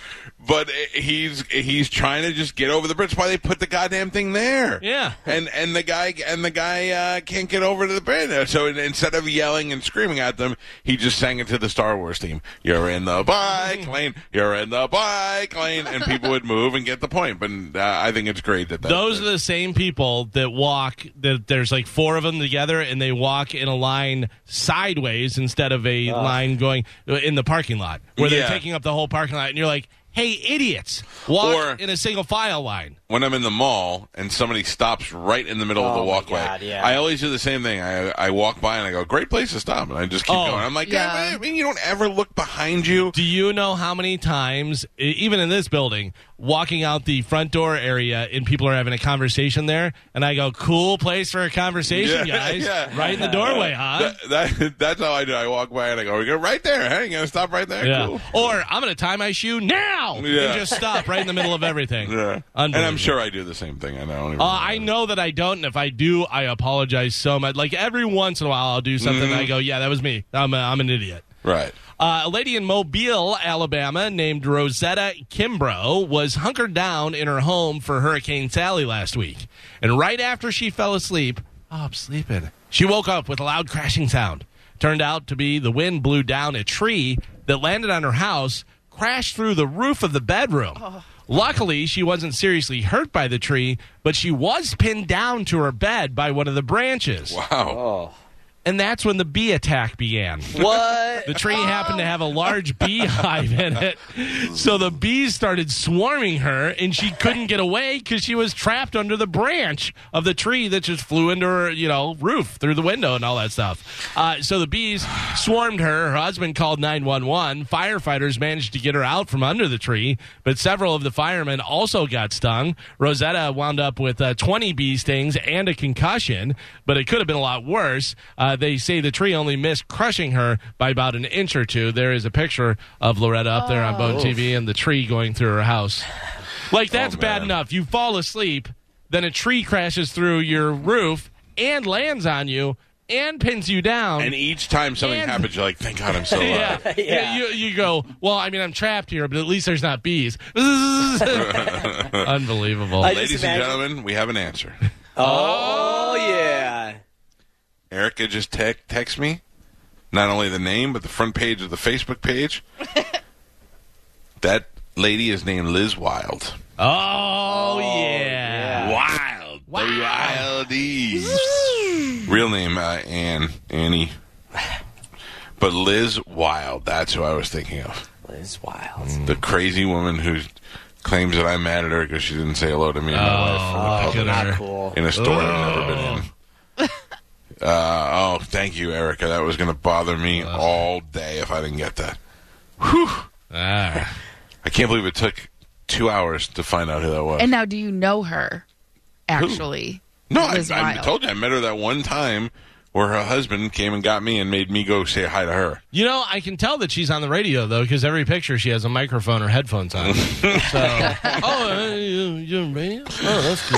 [SPEAKER 1] But eh, he's he's trying to just get over the bridge. That's Why they put the goddamn thing there?
[SPEAKER 2] Yeah.
[SPEAKER 1] and and the guy and the guy uh, can't get over to the band. So in- instead of yelling and screaming at them, he just sang it to the Star Wars theme. You're in the bike lane. You're in the bike lane, and people would move and get the point. But uh, I think it's great that, that
[SPEAKER 2] Those are the same people that walk. That there's like four of them together, and they walk in a line sideways instead of a line going in the parking lot, where they're
[SPEAKER 1] Yeah.
[SPEAKER 2] taking up the whole parking lot. And you're like, "Hey, idiots! Walk
[SPEAKER 1] Or-
[SPEAKER 2] in a single file line."
[SPEAKER 1] when I'm in the mall and somebody stops right in the middle of
[SPEAKER 3] Oh,
[SPEAKER 1] the
[SPEAKER 3] my
[SPEAKER 1] walkway.
[SPEAKER 3] God, yeah.
[SPEAKER 1] I always do the same thing. I I walk by and I go, "Great place to stop," and I just keep
[SPEAKER 2] Oh,
[SPEAKER 1] going. I'm like,
[SPEAKER 4] yeah.
[SPEAKER 1] "God, I mean, you don't ever look behind you."
[SPEAKER 2] Do you know how many times, e- even in this building, walking out the front door area and people are having a conversation there, and I go, "Cool place for a conversation,
[SPEAKER 1] Yeah,
[SPEAKER 2] guys!
[SPEAKER 1] yeah.
[SPEAKER 2] Right in the doorway, huh?"
[SPEAKER 1] That, that- that's how I do. I walk by and I go, "We go right there. Hey, you gonna stop right there?"
[SPEAKER 2] Yeah.
[SPEAKER 1] Cool.
[SPEAKER 2] Or I'm going to tie my shoe now
[SPEAKER 1] Yeah.
[SPEAKER 2] and just stop right in the middle of everything.
[SPEAKER 1] Yeah. And
[SPEAKER 2] Unbelievable.
[SPEAKER 1] I'm sure I do the same thing. I don't even
[SPEAKER 2] Uh, I know that I don't, and if I do, I apologize so much. Like every once in a while, I'll do something
[SPEAKER 1] Mm-hmm.
[SPEAKER 2] and I go, "Yeah, that was me. I'm a, I'm an idiot."
[SPEAKER 1] Right.
[SPEAKER 2] Uh, a lady in Mobile, Alabama, named Rosetta Kimbrough, was hunkered down in her home for Hurricane Sally last week. And right after she fell asleep, oh, I'm sleeping. She woke up with a loud crashing sound. Turned out to be the wind blew down a tree that landed on her house, crashed through the roof of the bedroom. Luckily, she wasn't seriously hurt by the tree, but she was pinned down to her bed by one of the branches.
[SPEAKER 1] Wow.
[SPEAKER 2] and that's when the bee attack began.
[SPEAKER 3] What?
[SPEAKER 2] The tree happened to have a large beehive in it. So the bees started swarming her, and she couldn't get away because she was trapped under the branch of the tree that just flew into her, you know, roof through the window and all that stuff. Uh, so the bees swarmed her. Her husband called 911. Firefighters managed to get her out from under the tree, but several of the firemen also got stung. Rosetta wound up with uh, 20 bee stings and a concussion, but it could have been a lot worse. Uh, they say the tree only missed crushing her by about an inch or two. There is a picture of Loretta up there on Bone TV and the tree going through her house. Like, that's bad enough. You fall asleep, then a tree crashes through your roof and lands on you and pins you down.
[SPEAKER 1] And each time something
[SPEAKER 2] And-
[SPEAKER 1] happens, you're like, thank God I'm still alive.
[SPEAKER 2] yeah. yeah. You, you go, well, I mean, I'm trapped here, but at least there's not bees. Unbelievable.
[SPEAKER 3] I- just
[SPEAKER 1] Ladies and
[SPEAKER 3] imagine-
[SPEAKER 1] gentlemen, we have an answer.
[SPEAKER 3] Oh yeah.
[SPEAKER 1] Erica just te- texted me not only the name, but the front page of the Facebook page. that lady is named Liz Wild.
[SPEAKER 2] oh, yeah.
[SPEAKER 1] Wild. Wildies. Real name, uh, Ann. Annie. But Liz Wild, that's who I was thinking of.
[SPEAKER 3] Liz Wild.
[SPEAKER 1] The crazy woman who claims that I'm mad at her because she didn't say hello to me and my wife
[SPEAKER 2] look
[SPEAKER 1] in, the
[SPEAKER 2] at
[SPEAKER 1] public,
[SPEAKER 2] her.
[SPEAKER 3] Cool.
[SPEAKER 1] in a store I've never been in. Uh, oh, thank you, Erica. That was going to bother me all day if I didn't get that.
[SPEAKER 2] Ah.
[SPEAKER 1] I can't believe it took two hours to find out who that was.
[SPEAKER 4] And now, do you know her? Actually,
[SPEAKER 1] No, I,
[SPEAKER 4] Liz
[SPEAKER 1] I
[SPEAKER 4] Wild.
[SPEAKER 1] told you I met her that one time where her husband came and got me and made me go say hi to her.
[SPEAKER 2] You know, I can tell that she's on the radio, though, because every picture she has a microphone or headphones on. so, oh, uh, you- you're on radio? Oh, that's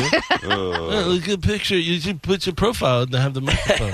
[SPEAKER 2] cool. Oh, look at the picture. You should put your profile and have the microphone.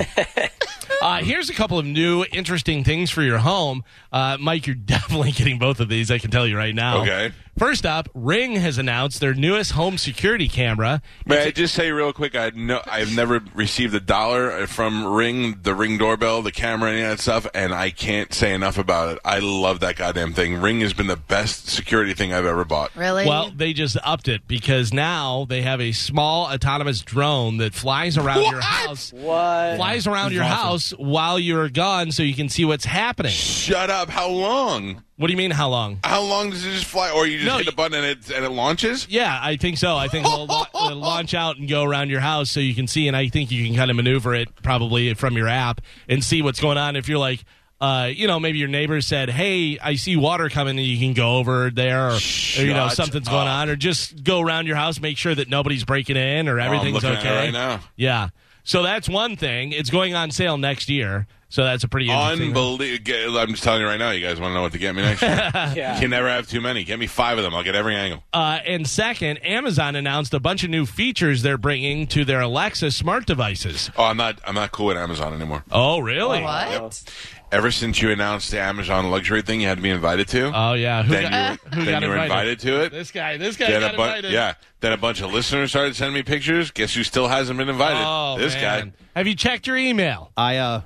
[SPEAKER 2] Uh, here's a couple of new interesting things for your home. Uh, Mike, you're definitely getting both of these, I can tell you right now.
[SPEAKER 1] Okay.
[SPEAKER 2] First up, Ring has announced their newest home security camera.
[SPEAKER 1] May I just say real quick? I no, I've never received a dollar uh, from Ring, the Ring doorbell, the camera, any of that stuff, and I can't say enough about it. I love that goddamn thing. Ring has been the best security thing I've ever bought.
[SPEAKER 4] really?
[SPEAKER 2] Well, they just upped it because now they have a small autonomous drone that flies around your house.
[SPEAKER 3] What?
[SPEAKER 2] Flies around your house while you're gone so you can see what's happening.
[SPEAKER 1] Shut up! How long?
[SPEAKER 2] What do you mean, how long?
[SPEAKER 1] How long does it just fly? Or you just
[SPEAKER 2] No,
[SPEAKER 1] hit a
[SPEAKER 2] you-
[SPEAKER 1] button and it and it launches?
[SPEAKER 2] Yeah, I think so. I think it'll, la- it'll launch out and go around your house so you can see, and I think you can kind of maneuver it probably from your app and see what's going on. If you're like, uh, you know, maybe your neighbor said, "Hey, I see water coming," and you can go over there, or, or, you know,
[SPEAKER 1] Shut
[SPEAKER 2] something's going
[SPEAKER 1] up.
[SPEAKER 2] on, or just go around your house, make sure that nobody's breaking in or
[SPEAKER 1] Oh, I'm
[SPEAKER 2] everything's
[SPEAKER 1] looking at it
[SPEAKER 2] okay.
[SPEAKER 1] right now.
[SPEAKER 2] Yeah, so that's one thing. It's going on sale next year, so that's a pretty interesting
[SPEAKER 1] Unbelievable! I'm just telling you right now. You guys want to know what to get me next year?
[SPEAKER 3] Yeah.
[SPEAKER 1] Can never have too many. Get me five of them. I'll get every angle.
[SPEAKER 2] Uh, and second, Amazon announced a bunch of new features they're bringing to their Alexa smart devices.
[SPEAKER 1] Oh, I'm not. I'm not cool with Amazon anymore.
[SPEAKER 2] Oh, really?
[SPEAKER 4] what?
[SPEAKER 1] Ever since you announced the Amazon luxury thing, you had to be invited to.
[SPEAKER 2] Oh yeah. Who
[SPEAKER 1] then
[SPEAKER 2] got,
[SPEAKER 1] you,
[SPEAKER 2] who
[SPEAKER 1] then
[SPEAKER 2] got
[SPEAKER 1] you were invited to it.
[SPEAKER 2] This guy. This guy
[SPEAKER 1] then
[SPEAKER 2] got
[SPEAKER 1] a bu-
[SPEAKER 2] invited.
[SPEAKER 1] yeah. Then a bunch of listeners started sending me pictures. Guess who still hasn't been invited?
[SPEAKER 2] Oh,
[SPEAKER 1] this
[SPEAKER 2] man.
[SPEAKER 1] guy.
[SPEAKER 2] Have you checked your email?
[SPEAKER 6] I uh,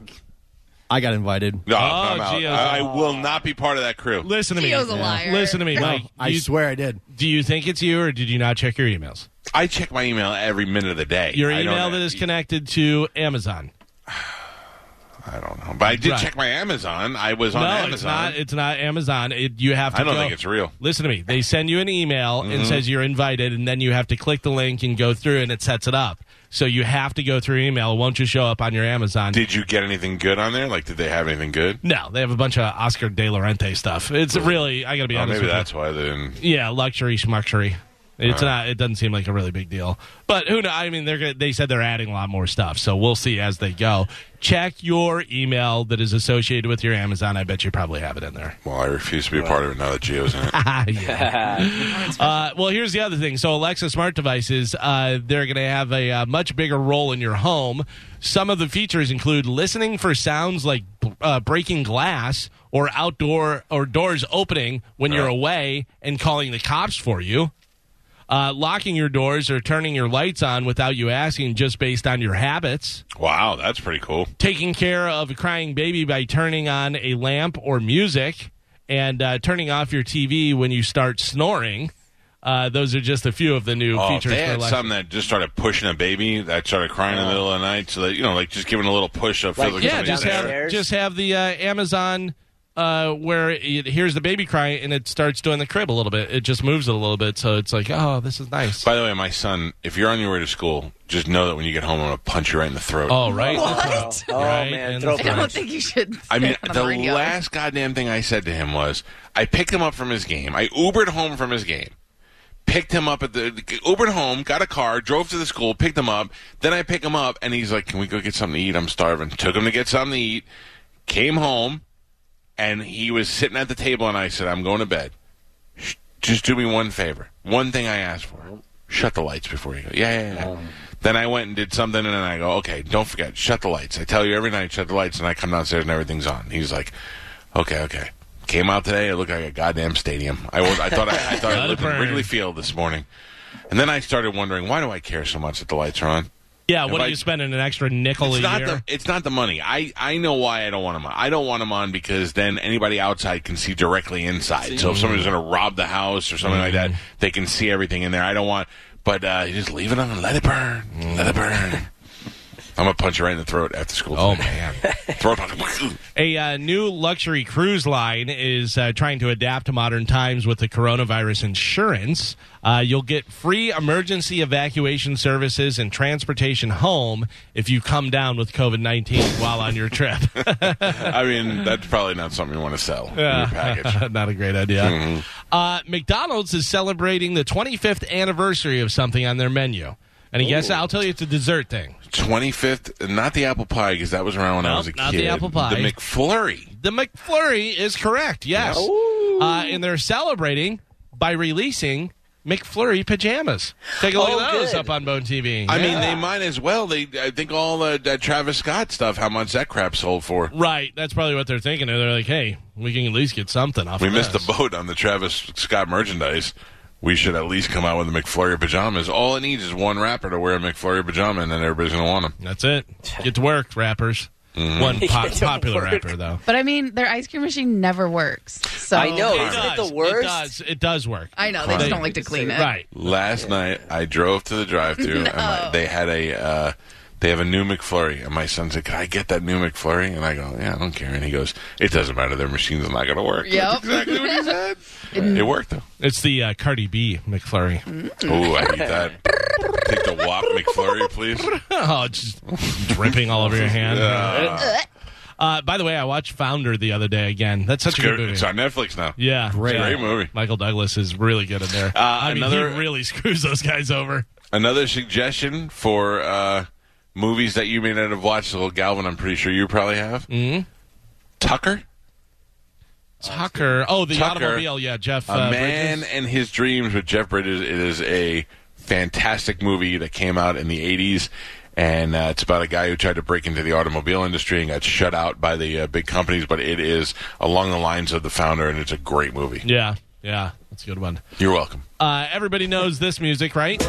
[SPEAKER 6] I got invited.
[SPEAKER 1] No,
[SPEAKER 2] Oh,
[SPEAKER 1] I'm out.
[SPEAKER 2] Gio's
[SPEAKER 1] I, I will not be part of that crew.
[SPEAKER 2] Listen to me.
[SPEAKER 4] Gio's a liar.
[SPEAKER 2] Listen to me, Mike.
[SPEAKER 6] I
[SPEAKER 2] you,
[SPEAKER 6] swear I did.
[SPEAKER 2] do you think it's you, or did you not check your emails?
[SPEAKER 1] I check my email every minute of the day.
[SPEAKER 2] Your
[SPEAKER 1] I don't- e-
[SPEAKER 2] email that is connected to Amazon.
[SPEAKER 1] I don't know, but I did
[SPEAKER 2] Right.
[SPEAKER 1] check my Amazon. I was on
[SPEAKER 2] no,
[SPEAKER 1] Amazon.
[SPEAKER 2] it's not. It's not Amazon. It, you have to.
[SPEAKER 1] I don't
[SPEAKER 2] go-
[SPEAKER 1] think it's real.
[SPEAKER 2] Listen to me. They send you an email
[SPEAKER 1] Mm-hmm.
[SPEAKER 2] and says you're invited, and then you have to click the link and go through, and it sets it up. So you have to go through email. It won't just show up on your Amazon.
[SPEAKER 1] Did you get anything good on there? Like, did they have anything good?
[SPEAKER 2] no, they have a bunch of Oscar De La Renta stuff. It's really. I got to be
[SPEAKER 1] Oh,
[SPEAKER 2] honest.
[SPEAKER 1] maybe
[SPEAKER 2] with you.
[SPEAKER 1] that's why they didn't.
[SPEAKER 2] Yeah, luxury schmuckery. It's not. It doesn't seem like a really big deal. But who knows? I mean, they're gonna, they said they're adding a lot more stuff, so we'll see as they go. Check your email that is associated with your Amazon. I bet you probably have it in there.
[SPEAKER 1] Well, I refuse to be a part of it now that Gio's in it.
[SPEAKER 2] Yeah. uh, well, here's the other thing. So, Alexa smart devices, uh, they're going to have a uh, much bigger role in your home. Some of the features include listening for sounds like uh, breaking glass or outdoor or doors opening when you're away and calling the cops for you. Uh, locking your doors or turning your lights on without you asking just based on your habits
[SPEAKER 1] Wow, that's pretty cool.
[SPEAKER 2] taking care of a crying baby by turning on a lamp or music and uh, turning off your TV when you start snoring. Uh, those are just a few of the new
[SPEAKER 1] Oh, if
[SPEAKER 2] features.
[SPEAKER 1] they
[SPEAKER 2] for
[SPEAKER 1] had
[SPEAKER 2] Alexa.
[SPEAKER 1] some that just started pushing a baby that started crying in the middle of the night, so that you know, like just giving a little push up.
[SPEAKER 3] Like,
[SPEAKER 2] yeah,
[SPEAKER 3] Down
[SPEAKER 2] just
[SPEAKER 3] there.
[SPEAKER 2] have,
[SPEAKER 3] Upstairs.
[SPEAKER 2] just have the uh, Amazon uh, where it hears the baby cry and it starts doing the crib a little bit. It just moves it a little bit, so it's like, oh, this is nice.
[SPEAKER 1] By the way, my son, if you're on your way to school, just know that when you get home, I'm gonna punch you right in the throat.
[SPEAKER 2] oh, right.
[SPEAKER 4] What?
[SPEAKER 3] Oh
[SPEAKER 2] Right,
[SPEAKER 3] man,
[SPEAKER 2] and
[SPEAKER 3] throw
[SPEAKER 4] I
[SPEAKER 2] that's-
[SPEAKER 4] don't think you should. Say
[SPEAKER 1] I mean,
[SPEAKER 4] it on
[SPEAKER 1] the
[SPEAKER 4] radio.
[SPEAKER 1] last goddamn thing I said to him was, I picked him up from his game. I Ubered home from his game. Picked him up at the Ubered home, got a car, drove to the school, picked him up. Then I pick him up, and he's like, "Can we go get something to eat? I'm starving." Took him to get something to eat. Came home, and he was sitting at the table, and I said, "I'm going to bed. Sh- Just do me one favor. One thing I asked for: shut the lights before you go." Yeah, yeah, yeah. Then I went and did something, and then I go, "Okay, don't forget, shut the lights." I tell you every night, shut the lights, and I come downstairs and everything's on. He's like, "Okay, okay." Came out today. It looked like a goddamn stadium. I was. I thought. I, I thought I
[SPEAKER 2] Gotta
[SPEAKER 1] lived in
[SPEAKER 2] burn.
[SPEAKER 1] Wrigley Field this morning, and then I started wondering why do I care so much that the lights are on.
[SPEAKER 2] Yeah, what
[SPEAKER 1] If
[SPEAKER 2] are
[SPEAKER 1] I-
[SPEAKER 2] you spending an extra nickel
[SPEAKER 1] It's
[SPEAKER 2] a
[SPEAKER 1] not
[SPEAKER 2] year?
[SPEAKER 1] the it's not the money. I I know why I don't want them on. I don't want them on because then anybody outside can see directly inside. So if somebody's going to rob the house or something like that,
[SPEAKER 2] Mm-hmm.
[SPEAKER 1] they can see everything in there. I don't want. But uh, you just leave it on. Let it burn.
[SPEAKER 2] Mm.
[SPEAKER 1] Let it burn. I'm gonna punch you right in the throat after school.
[SPEAKER 2] Oh,
[SPEAKER 1] man, throat punch.
[SPEAKER 2] A uh, new luxury cruise line is uh, trying to adapt to modern times with the coronavirus insurance. Uh, you'll get free emergency evacuation services and transportation home if you come down with COVID 19 while on your trip.
[SPEAKER 1] I mean, that's probably not something you want to sell in your package.
[SPEAKER 2] Not a great idea. Uh, McDonald's is celebrating the 25th anniversary of something on their menu. And I guess I'll tell you it's a dessert thing.
[SPEAKER 1] 25th, not the apple pie because that was around when I
[SPEAKER 2] Nope,
[SPEAKER 1] was a
[SPEAKER 2] not the
[SPEAKER 1] kid.
[SPEAKER 2] apple pie.
[SPEAKER 1] the McFlurry.
[SPEAKER 2] The McFlurry is correct, yes. Uh, and they're celebrating by releasing McFlurry pajamas. Take a look
[SPEAKER 3] Oh,
[SPEAKER 2] at those
[SPEAKER 3] good.
[SPEAKER 2] up on Bone TV.
[SPEAKER 1] I
[SPEAKER 2] Yeah.
[SPEAKER 1] mean, they might as well. They, I think all the, that Travis Scott stuff. How much that crap sold for?
[SPEAKER 2] right. That's probably what they're thinking. They're like, hey, we can at least get something off.
[SPEAKER 1] We
[SPEAKER 2] of
[SPEAKER 1] missed the
[SPEAKER 2] this.
[SPEAKER 1] boat on the Travis Scott merchandise. We should at least come out with the McFlurry pajamas. All it needs is one rapper to wear a McFlurry pajama, and then everybody's gonna want them.
[SPEAKER 2] That's it. Get to work, rappers. One po-
[SPEAKER 3] Get to
[SPEAKER 2] popular
[SPEAKER 3] work.
[SPEAKER 2] rapper though.
[SPEAKER 4] But I mean, their ice cream machine never works. So
[SPEAKER 3] I know.
[SPEAKER 2] It
[SPEAKER 3] Isn't it
[SPEAKER 2] does.
[SPEAKER 3] the worst?
[SPEAKER 2] It does. It does work.
[SPEAKER 4] I know they just don't like to clean it.
[SPEAKER 2] Right.
[SPEAKER 1] Last night, I drove to the drive-through, and my, they had a. Uh, they have a new McFlurry, and my son said, "Can I get that new McFlurry?" And I go, "Yeah, I don't care." And he goes, "It doesn't matter. Their machine's not going to work."
[SPEAKER 4] Yep.
[SPEAKER 1] That's exactly what he said. it worked though.
[SPEAKER 2] It's the uh, Cardi B McFlurry.
[SPEAKER 1] Ooh, I need that. Take the WAP McFlurry, please.
[SPEAKER 2] Oh, it's just dripping all over your hand.
[SPEAKER 1] Yeah.
[SPEAKER 2] Uh, by the way, I watched Founder the other day again. That's such a good movie.
[SPEAKER 1] It's on Netflix now.
[SPEAKER 2] Yeah,
[SPEAKER 6] Great.
[SPEAKER 2] yeah.
[SPEAKER 1] Great movie.
[SPEAKER 2] Michael Douglas is really good in there. I mean,
[SPEAKER 1] another-
[SPEAKER 2] he really screws those guys over.
[SPEAKER 1] Another suggestion for uh, movies that you may not have watched, little Galvin, I'm pretty sure you probably have. Mm-hmm. Tucker?
[SPEAKER 2] Tucker. Oh, the
[SPEAKER 1] Tucker,
[SPEAKER 2] automobile. Yeah, Jeff.
[SPEAKER 1] a
[SPEAKER 2] uh,
[SPEAKER 1] Man
[SPEAKER 2] Bridges.
[SPEAKER 1] and His Dreams with Jeff Bridges. It is a fantastic movie that came out in the 80s. And uh, it's about a guy who tried to break into the automobile industry and got shut out by the uh, big companies, but it is along the lines of the founder, and it's a great movie.
[SPEAKER 2] Yeah, yeah, that's a good one.
[SPEAKER 1] You're welcome.
[SPEAKER 2] Uh, everybody knows this music, right?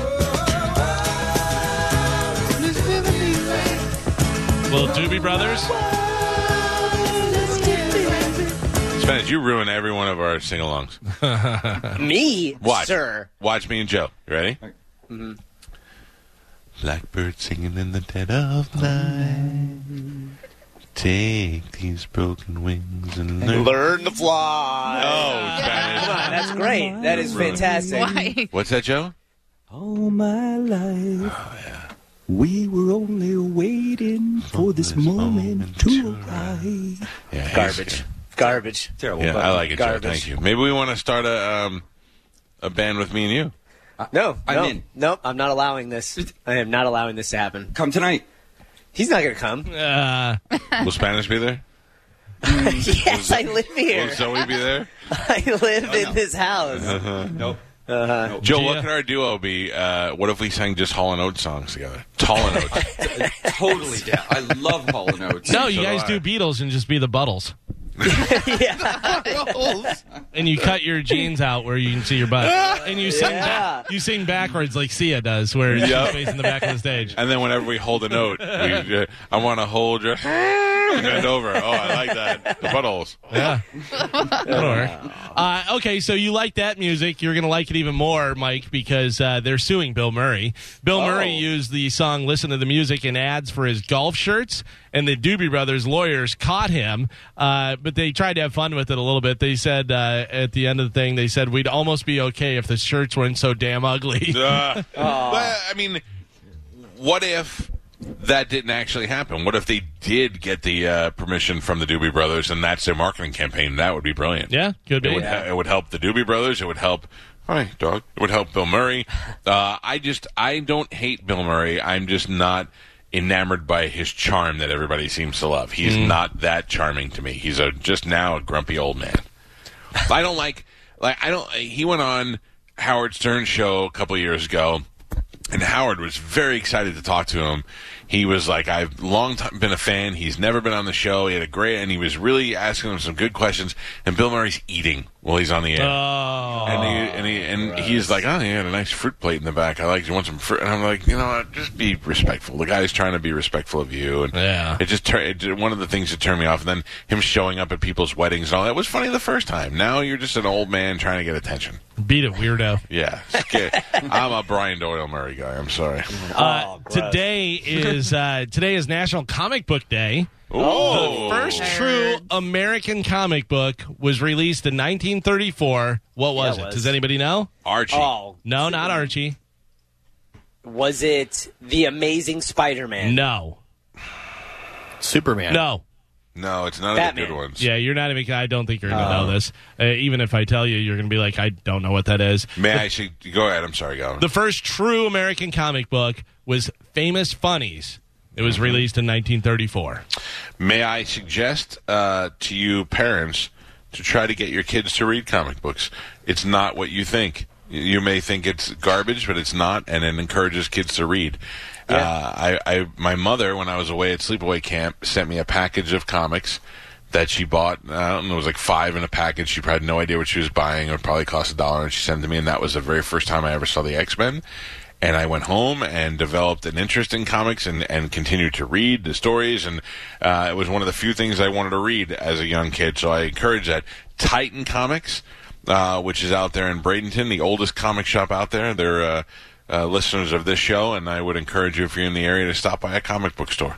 [SPEAKER 2] Little Doobie Brothers.
[SPEAKER 1] Spence, you ruin every one of our sing alongs.
[SPEAKER 3] Me,
[SPEAKER 1] Watch.
[SPEAKER 3] sir.
[SPEAKER 1] Watch me and Joe. You ready? Mm-hmm. Blackbird singing in the dead of
[SPEAKER 3] Oh.
[SPEAKER 1] night. Take these broken wings and learn.
[SPEAKER 3] Learn to fly.
[SPEAKER 1] Oh, Spanish.
[SPEAKER 3] Come on, that's great. That is fantastic.
[SPEAKER 4] Why?
[SPEAKER 1] What's that, Joe?
[SPEAKER 7] All my life, we were only waiting for this moment to arrive.
[SPEAKER 1] Yeah, he's-
[SPEAKER 3] Garbage. Garbage.
[SPEAKER 7] Terrible.
[SPEAKER 1] Yeah, I like it,
[SPEAKER 3] Garbage.
[SPEAKER 1] Joe. Thank you. Maybe we want to start a um, a band with me and you.
[SPEAKER 3] No,
[SPEAKER 7] I'm
[SPEAKER 3] no,
[SPEAKER 7] in.
[SPEAKER 3] Nope, I'm not allowing this. I am not allowing this to happen.
[SPEAKER 7] Come tonight.
[SPEAKER 3] He's not going to come.
[SPEAKER 2] Uh,
[SPEAKER 1] Will Spanish be there?
[SPEAKER 3] yes, I live
[SPEAKER 1] Will
[SPEAKER 3] here.
[SPEAKER 1] Zoe be there?
[SPEAKER 3] I live
[SPEAKER 4] Oh,
[SPEAKER 3] in this house.
[SPEAKER 4] Uh,
[SPEAKER 7] Nope.
[SPEAKER 1] Joe, what could our duo be? Uh, what if we sang just Hall and Oates songs together? Tall and Oates.
[SPEAKER 7] totally down. I love Hall & Oates.
[SPEAKER 2] no, you
[SPEAKER 1] do
[SPEAKER 2] guys
[SPEAKER 1] I.
[SPEAKER 2] do Beatles and just be the Buttles. and you cut your jeans out where you can see your butt, and you sing
[SPEAKER 3] Yeah.
[SPEAKER 2] back, you sing backwards like Sia does, where she's
[SPEAKER 1] Yep.
[SPEAKER 2] facing the back of the stage.
[SPEAKER 1] And then whenever we hold a note, we, uh, I want to hold your. Bend over. Oh, I like that. The buttholes. Uh,
[SPEAKER 2] Yeah. That'll work. Uh, okay, so you like that music. You're going to like it even more, Mike, because uh, they're suing Bill Murray. Bill Murray used the song Listen to the Music in ads for his golf shirts, and the Doobie Brothers lawyers caught him, uh, but they tried to have fun with it a little bit. They said uh, at the end of the thing, they said, We'd almost be okay if the shirts weren't so damn ugly.
[SPEAKER 1] Uh, but, I mean, what if that didn't actually happen? What if they did get the uh, permission from the Doobie Brothers and that's their marketing campaign? That would be brilliant.
[SPEAKER 2] yeah, could be.
[SPEAKER 1] It would, he- it would help the Doobie Brothers. It would help. Hi, dog. It would help Bill Murray. Uh, I just, I don't hate Bill Murray. I'm just not enamored by his charm that everybody seems to love. He's not that charming to me. He's a just now a grumpy old man. I don't like, like I don't. He went on Howard Stern's show a couple years ago, and Howard was very excited to talk to him. He was like, "I've long time been a fan. He's never been on the show. He had a great, and he was really asking him some good questions." And Bill Murray's eating while he's on the air, and he and he and he's like, "Oh, he had a nice fruit plate in the back. I like. You want some fruit?" And I'm like, "You know, what? just be respectful. The guy's trying to be respectful of you." And
[SPEAKER 2] Yeah.
[SPEAKER 1] it just tur- it, one of the things that turned me off. And then him showing up at people's weddings and all that was funny the first time. Now you're just an old man trying to get attention.
[SPEAKER 2] Beat it, weirdo.
[SPEAKER 1] Yeah, Sca- I'm a Brian Doyle Murray guy. I'm sorry.
[SPEAKER 3] Oh,
[SPEAKER 2] Uh, today is uh, today is National Comic Book Day.
[SPEAKER 1] Oh,
[SPEAKER 2] First
[SPEAKER 4] Nerd.
[SPEAKER 2] true American comic book was released in 1934. What was
[SPEAKER 3] Yeah,
[SPEAKER 2] it?
[SPEAKER 3] it was.
[SPEAKER 2] Does anybody know?
[SPEAKER 1] Archie.
[SPEAKER 3] Oh
[SPEAKER 2] No, not Archie.
[SPEAKER 3] Was it the Amazing Spider-Man?
[SPEAKER 2] No.
[SPEAKER 6] Superman.
[SPEAKER 2] No.
[SPEAKER 1] No, it's none
[SPEAKER 3] Batman.
[SPEAKER 1] of the good ones.
[SPEAKER 2] Yeah, you're not even. I don't think you're going to know this. Uh, even if I tell you, you're going to be like, I don't know what that is.
[SPEAKER 1] May I see? Go ahead. I'm sorry, Gavin.
[SPEAKER 2] The first true American comic book was Famous Funnies. It was released in 1934.
[SPEAKER 1] May I suggest uh, to you parents to try to get your kids to read comic books? It's not what you think. Y- You may think it's garbage, but it's not, and it encourages kids to read. Uh, I, I, my mother, when I was away at sleepaway camp, sent me a package of comics that she bought. I don't know, it was like five in a package. She had no idea what she was buying. It would probably cost a dollar, and she sent it to me. And that was the very first time I ever saw the X Men. And I went home and developed an interest in comics and, and continued to read the stories. And uh, it was one of the few things I wanted to read as a young kid. So I encourage that. Titan Comics, uh, which is out there in Bradenton, the oldest comic shop out there. They're uh, uh, listeners of this show, and I would encourage you, if you're in the area, to stop by a comic book store.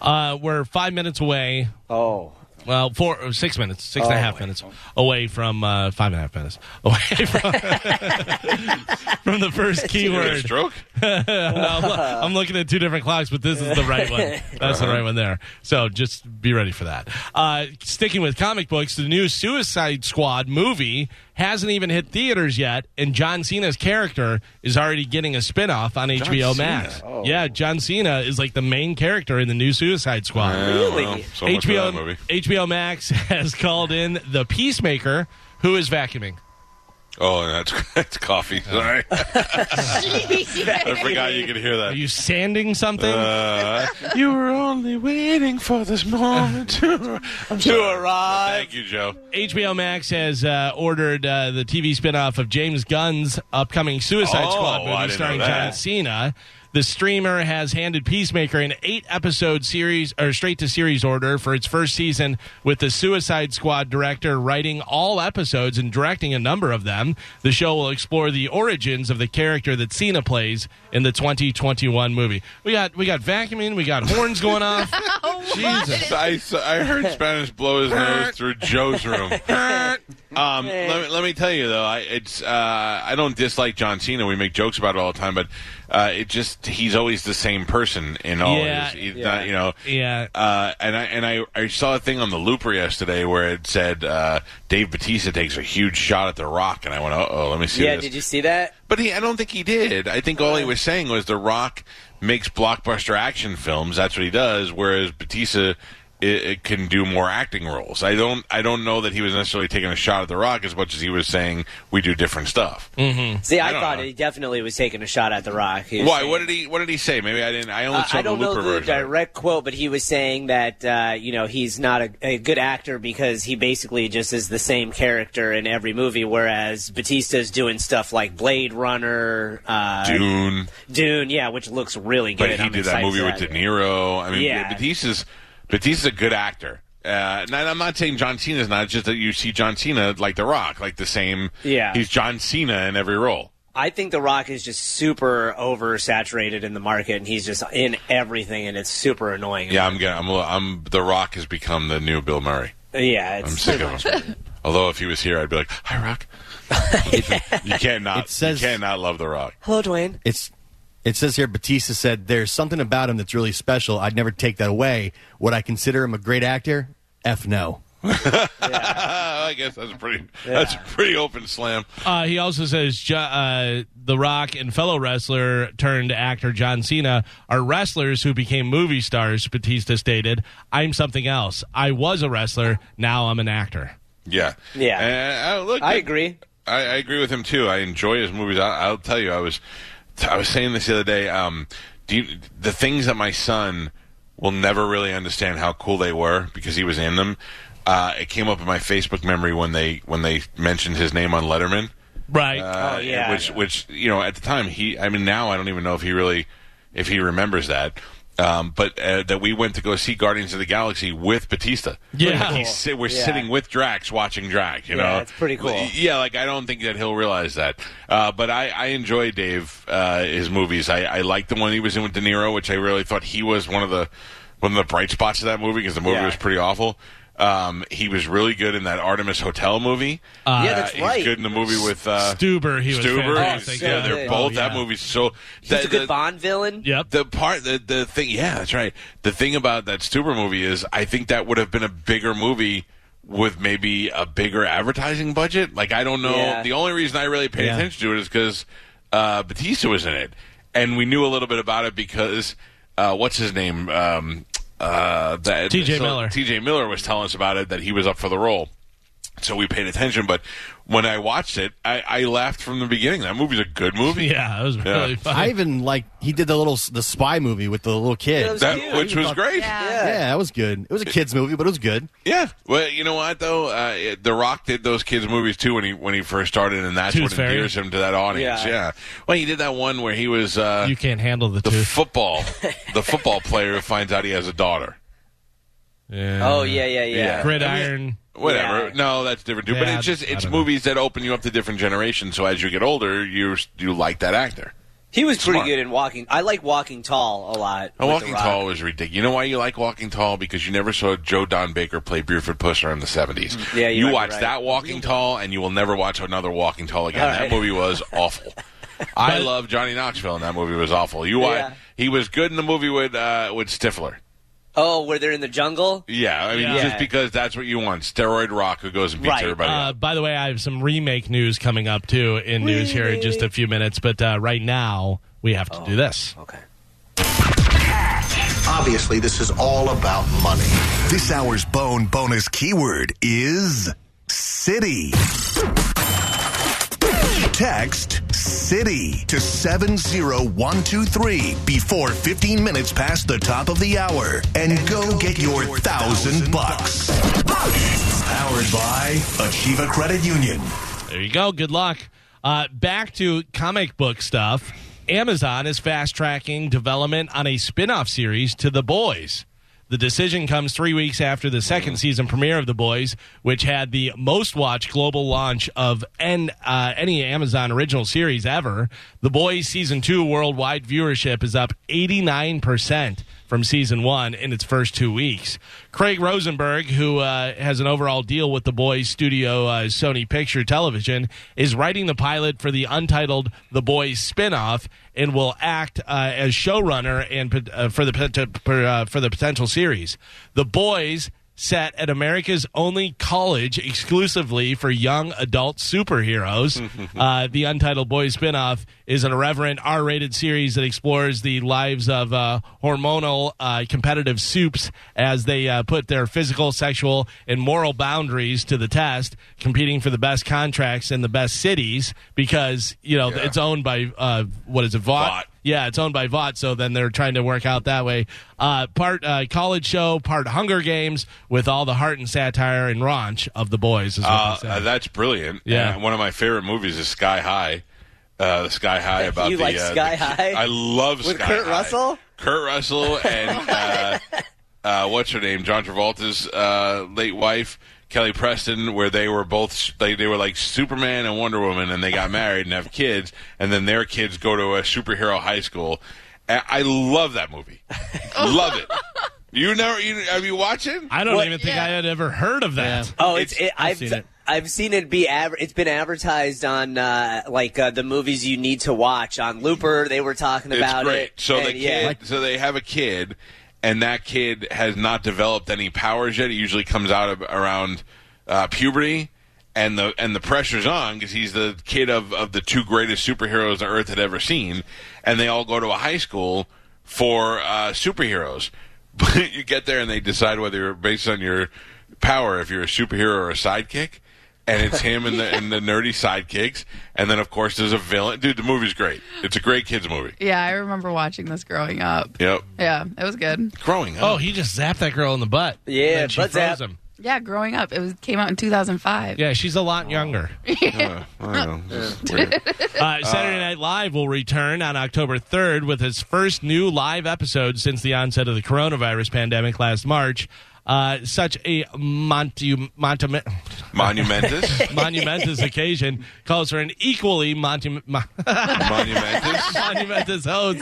[SPEAKER 2] Uh, we're five minutes away
[SPEAKER 3] Oh.
[SPEAKER 2] Well, four, or six minutes, six and a half minutes away from uh, five and a half minutes away from, from the first
[SPEAKER 1] Got a
[SPEAKER 2] keyword.
[SPEAKER 1] stroke?
[SPEAKER 2] I'm lo- I'm looking at two different clocks, but this is the right one. That's the right one there. So just be ready for that. Uh, sticking with comic books, the new Suicide Squad movie hasn't even hit theaters yet, and John Cena's character is already getting a spin off on HBO Max.
[SPEAKER 1] Oh.
[SPEAKER 2] Yeah, John Cena is like the main character in the new Suicide Squad.
[SPEAKER 3] Really?
[SPEAKER 1] Well, so much for
[SPEAKER 2] HBO,
[SPEAKER 1] that movie.
[SPEAKER 2] HBO Max has called in the Peacemaker, who is vacuuming.
[SPEAKER 1] Oh, and that's, that's coffee. Sorry. I forgot you could hear
[SPEAKER 2] Are
[SPEAKER 1] that.
[SPEAKER 2] you sanding something?
[SPEAKER 1] Uh, you were only waiting for this moment to,
[SPEAKER 3] To arrive.
[SPEAKER 1] Thank you, Joe.
[SPEAKER 2] HBO Max has uh, ordered uh, the TV spinoff of James Gunn's upcoming Suicide
[SPEAKER 1] Oh,
[SPEAKER 2] Squad
[SPEAKER 1] I didn't
[SPEAKER 2] movie
[SPEAKER 1] know
[SPEAKER 2] starring
[SPEAKER 1] that.
[SPEAKER 2] John Cena. The streamer has handed Peacemaker an eight episode series or straight to series order for its first season, with the Suicide Squad director writing all episodes and directing a number of them. The show will explore the origins of the character that Cena plays in the 2021 movie. We got we got vacuuming, we got horns going off.
[SPEAKER 1] Jesus, I, I heard Spanish blow his nose through Joe's room. um, let, me, let me tell you though, I it's uh, I don't dislike John Cena. We make jokes about it all the time, but uh, it just he's always the same person in all.
[SPEAKER 2] Yeah.
[SPEAKER 1] his, he's not, you know.
[SPEAKER 2] Yeah.
[SPEAKER 1] Uh, and I and I, I saw a thing on the Looper yesterday where it said uh, Dave Batista takes a huge shot at The Rock, and I went, "Uh oh, let me see."
[SPEAKER 3] Yeah,
[SPEAKER 1] this.
[SPEAKER 3] did you see that?
[SPEAKER 1] But he, I don't think he did. I think all he was saying was The Rock makes blockbuster action films. That's what he does. Whereas Batista i i can do more acting roles. I don't. I don't know that he was necessarily taking a shot at The Rock as much as he was saying we do different stuff.
[SPEAKER 3] See, I,
[SPEAKER 1] don't
[SPEAKER 3] thought
[SPEAKER 1] know.
[SPEAKER 3] he definitely was taking a shot at the Rock. He was
[SPEAKER 1] Why?
[SPEAKER 3] saying-
[SPEAKER 1] What did he? What did he say? Maybe I didn't. I only
[SPEAKER 3] Uh,
[SPEAKER 1] saw
[SPEAKER 3] I don't
[SPEAKER 1] the Looper
[SPEAKER 3] know the
[SPEAKER 1] version.
[SPEAKER 3] direct quote, but he was saying that uh, you know he's not a, a good actor because he basically just is the same character in every movie, whereas Batista's doing stuff like Blade Runner, uh, Dune,
[SPEAKER 1] Dune,
[SPEAKER 3] yeah, which looks really good.
[SPEAKER 1] but he
[SPEAKER 3] I'm
[SPEAKER 1] did that
[SPEAKER 3] excited
[SPEAKER 1] movie
[SPEAKER 3] for
[SPEAKER 1] with De Niro. I mean,
[SPEAKER 3] Yeah.
[SPEAKER 1] Batista's Batista's a good actor. Uh, and I'm not saying John Cena's not. It's just that you see John Cena like The Rock, like the same.
[SPEAKER 3] Yeah.
[SPEAKER 1] He's John Cena in every role.
[SPEAKER 3] I think The Rock is just super oversaturated in the market, and he's just in everything, and it's super annoying.
[SPEAKER 1] Yeah, I'm gonna. I'm. I'm. The Rock has become the new Bill Murray.
[SPEAKER 3] yeah,
[SPEAKER 1] I'm
[SPEAKER 3] it's
[SPEAKER 1] sick of him. Although if he was here, I'd be like, "Hi, Rock." you cannot.
[SPEAKER 6] It says-
[SPEAKER 1] you cannot love The Rock.
[SPEAKER 3] hello, Dwayne.
[SPEAKER 6] It's it says here Batista said there's something about him that's really special. I'd never take that away. Would I consider him a great actor? F no.
[SPEAKER 1] I guess that's a pretty. That's a pretty open slam.
[SPEAKER 2] Uh, he also says Jo- uh, The Rock and fellow wrestler turned actor John Cena are wrestlers who became movie stars, Batista stated. I'm something else. I was a wrestler. Now I'm an actor.
[SPEAKER 1] Yeah.
[SPEAKER 3] Yeah.
[SPEAKER 1] Uh, uh, look,
[SPEAKER 3] I agree.
[SPEAKER 1] I, I agree with him too. I enjoy his movies. I, I'll tell you, I was, I was saying this the other day. Um, do you, the things that my son will never really understand how cool they were because he was in them. Uh, it came up in my Facebook memory when they when they mentioned his name on Letterman.
[SPEAKER 2] Right.
[SPEAKER 1] Uh,
[SPEAKER 3] Oh, yeah.
[SPEAKER 1] Which, which you know, at the time he, I mean, now I don't even know if he really, if he remembers that. Um, but uh, that we went to go see Guardians of the Galaxy with Batista.
[SPEAKER 2] Yeah.
[SPEAKER 1] Like, he's, sit- we're
[SPEAKER 3] Yeah.
[SPEAKER 1] sitting with Drax watching Drax. You
[SPEAKER 3] Yeah,
[SPEAKER 1] know,
[SPEAKER 3] it's pretty cool.
[SPEAKER 1] Like, Yeah, like I don't think that he'll realize that. Uh, but I, I enjoy Dave uh, his movies. I, I like the one he was in with De Niro, which I really thought he was one of the one of the bright spots of that movie because the movie
[SPEAKER 3] Yeah.
[SPEAKER 1] was pretty awful. Um, he was really good in that Artemis Hotel movie. Uh,
[SPEAKER 3] Yeah, that's right.
[SPEAKER 1] He's good in the movie with uh,
[SPEAKER 2] Stuber, he was
[SPEAKER 1] Stuber.
[SPEAKER 2] fantastic.
[SPEAKER 1] yeah,
[SPEAKER 3] Oh,
[SPEAKER 1] they're
[SPEAKER 3] yeah.
[SPEAKER 1] both.
[SPEAKER 2] Oh,
[SPEAKER 1] That
[SPEAKER 2] yeah.
[SPEAKER 1] movie's so.
[SPEAKER 3] He's
[SPEAKER 1] that-
[SPEAKER 3] a good
[SPEAKER 1] that-
[SPEAKER 3] Bond villain.
[SPEAKER 2] Yep.
[SPEAKER 1] the part the the thing yeah that's right the thing about that stuber movie is i think that would have been a bigger movie with maybe a bigger advertising budget like i don't know
[SPEAKER 3] Yeah.
[SPEAKER 1] the only reason i really paid
[SPEAKER 6] Yeah.
[SPEAKER 1] attention to it is because uh, batista was in it and we knew a little bit about it because uh, what's his name um, uh, that,
[SPEAKER 2] T.J. Miller.
[SPEAKER 1] tj miller was telling us about it that he was up for the role so we paid attention but when i watched it i, I laughed from the beginning that movie's a good movie
[SPEAKER 2] Yeah, it was really
[SPEAKER 1] Yeah.
[SPEAKER 2] fun.
[SPEAKER 6] I even like he did the little the spy movie with the little kid.
[SPEAKER 3] Yeah, that was-
[SPEAKER 1] that,
[SPEAKER 3] cute.
[SPEAKER 1] which was great
[SPEAKER 4] Yeah.
[SPEAKER 6] yeah, that was good. It was a kids movie, but it was good.
[SPEAKER 1] Yeah. Well, you know what though, uh, it- The Rock did those kids movies too when he when he first started, and that's
[SPEAKER 2] Tooth
[SPEAKER 1] what
[SPEAKER 2] Fairy.
[SPEAKER 1] endears him to that audience. Yeah.
[SPEAKER 3] Yeah.
[SPEAKER 1] Well, he did that one where he was uh,
[SPEAKER 2] You can't handle the
[SPEAKER 1] the
[SPEAKER 2] tooth.
[SPEAKER 1] football, the football player who finds out he has a daughter.
[SPEAKER 2] Yeah.
[SPEAKER 3] Oh yeah, yeah, yeah.
[SPEAKER 1] Yeah.
[SPEAKER 2] Gridiron.
[SPEAKER 1] Whatever.
[SPEAKER 3] Yeah.
[SPEAKER 1] No, that's different too. but
[SPEAKER 2] Yeah,
[SPEAKER 1] it's just
[SPEAKER 2] I
[SPEAKER 1] it's
[SPEAKER 2] don't know.
[SPEAKER 1] movies that open you up to different generations. So as you get older, you you like that actor.
[SPEAKER 3] He was
[SPEAKER 1] Smart.
[SPEAKER 3] pretty good in walking. I like Walking Tall a lot.
[SPEAKER 1] Oh,
[SPEAKER 3] with
[SPEAKER 1] Walking
[SPEAKER 3] The Rock.
[SPEAKER 1] Tall was ridiculous. You know why you like Walking Tall? Because you never saw Joe Don Baker play Buford Pusser in the 70s.
[SPEAKER 3] Mm-hmm. Yeah, you
[SPEAKER 1] you
[SPEAKER 3] might be
[SPEAKER 1] watch
[SPEAKER 3] right.
[SPEAKER 1] that Walking Tall, and you will never watch another Walking Tall again.
[SPEAKER 3] All
[SPEAKER 1] That
[SPEAKER 3] right.
[SPEAKER 1] movie was awful. I love Johnny Knoxville, and that movie was awful. You watch,
[SPEAKER 3] Yeah.
[SPEAKER 1] he was good in the movie with uh, with Stifler.
[SPEAKER 3] Oh, where they're in the jungle.
[SPEAKER 1] Yeah, I mean,
[SPEAKER 3] Yeah.
[SPEAKER 1] just because that's what you want. Steroid Rock who goes and beats
[SPEAKER 3] Right.
[SPEAKER 1] everybody.
[SPEAKER 2] Uh,
[SPEAKER 1] up.
[SPEAKER 2] by the way, I have some remake news coming up too in news here in just a few minutes. But uh, right now, we have to do this.
[SPEAKER 3] Okay.
[SPEAKER 9] Obviously, this is all about money.
[SPEAKER 5] This hour's bone bonus keyword is city. Text city to 70123 before 15 minutes past the top of the hour and, go, get, your, thousand bucks. Powered by Achieva Credit Union.
[SPEAKER 2] There you go. Good luck. Uh, back to comic book stuff. Amazon is fast tracking development on a spin off series to The Boys. The decision comes three weeks after the second season premiere of The Boys, which had the most watched global launch of an, uh, any Amazon original series ever. The Boys season two worldwide viewership is up 89% from season one in its first two weeks. Craig Rosenberg, who uh, has an overall deal with the Boys studio uh, Sony Picture Television, is writing the pilot for the untitled The Boys spinoff and will act uh, as showrunner and pot- uh, for the pot- to- per- uh, for the potential series. The Boys. Set at America's only college exclusively for young adult superheroes. uh, the Untitled Boys spinoff is an irreverent R rated series that explores the lives of uh, hormonal uh, competitive soups as they uh, put their physical, sexual, and moral boundaries to the test, competing for the best contracts in the best cities because, you know, it's owned by, uh, what is it, Vaught?
[SPEAKER 1] Vought.
[SPEAKER 2] Yeah, it's owned by Vought, so then they're trying to work out that way. Uh, part uh, college show, part Hunger Games, with all the heart and satire and raunch of the boys. Is what
[SPEAKER 1] Uh,
[SPEAKER 2] they say.
[SPEAKER 1] uh, that's brilliant.
[SPEAKER 2] Yeah.
[SPEAKER 1] And one of my favorite movies is Sky High. Uh, Sky High about
[SPEAKER 3] You
[SPEAKER 1] the
[SPEAKER 3] like
[SPEAKER 1] uh, the-
[SPEAKER 3] Sky High?
[SPEAKER 1] I love
[SPEAKER 3] With
[SPEAKER 1] Sky
[SPEAKER 3] Kurt
[SPEAKER 1] High.
[SPEAKER 3] Russell?
[SPEAKER 1] Kurt Russell and uh, uh, what's her name, John Travolta's uh, late wife, Kelly Preston, where they were both they, they were like Superman and Wonder Woman, and they got married and have kids, and then their kids go to a superhero high school. A- I love that movie, love it. You never, you, have you watched it?
[SPEAKER 2] I don't even think I had ever heard of that.
[SPEAKER 3] Oh, it's, it,
[SPEAKER 2] I've
[SPEAKER 3] I've
[SPEAKER 2] seen it.
[SPEAKER 3] I've seen it be adver- it's been advertised on uh, like uh, the movies you need to watch on Looper. They were talking about
[SPEAKER 1] it's great.
[SPEAKER 3] it.
[SPEAKER 1] So
[SPEAKER 3] and,
[SPEAKER 1] the kid, so they have a kid, and that kid has not developed any powers yet. He usually comes out of, around uh, puberty, and the and the pressure's on because he's the kid of of the two greatest superheroes the Earth had ever seen, and they all go to a high school for uh, superheroes. But you get there and they decide whether you're based on your power if you're a superhero or a sidekick. And it's him and the and the nerdy sidekicks, and then of course there's a villain. Dude, the movie's great. It's a great kids movie.
[SPEAKER 4] Yeah, I remember watching this growing up.
[SPEAKER 1] Yep.
[SPEAKER 4] Yeah, it was good.
[SPEAKER 1] Growing
[SPEAKER 2] Oh, he just zapped that girl in the butt.
[SPEAKER 3] Yeah,
[SPEAKER 2] And she
[SPEAKER 3] butt
[SPEAKER 2] froze
[SPEAKER 3] zap.
[SPEAKER 2] him.
[SPEAKER 4] Yeah, growing up, it was came out in 2005.
[SPEAKER 2] Yeah, she's a lot younger. Uh, Saturday Night Live will return on October 3rd with its first new live episode since the onset of the coronavirus pandemic last March. Uh, such a montu- montum-
[SPEAKER 1] Monumentous.
[SPEAKER 2] monumentous occasion calls for an equally montum- mon-
[SPEAKER 1] Monumentous.
[SPEAKER 2] monumentous host.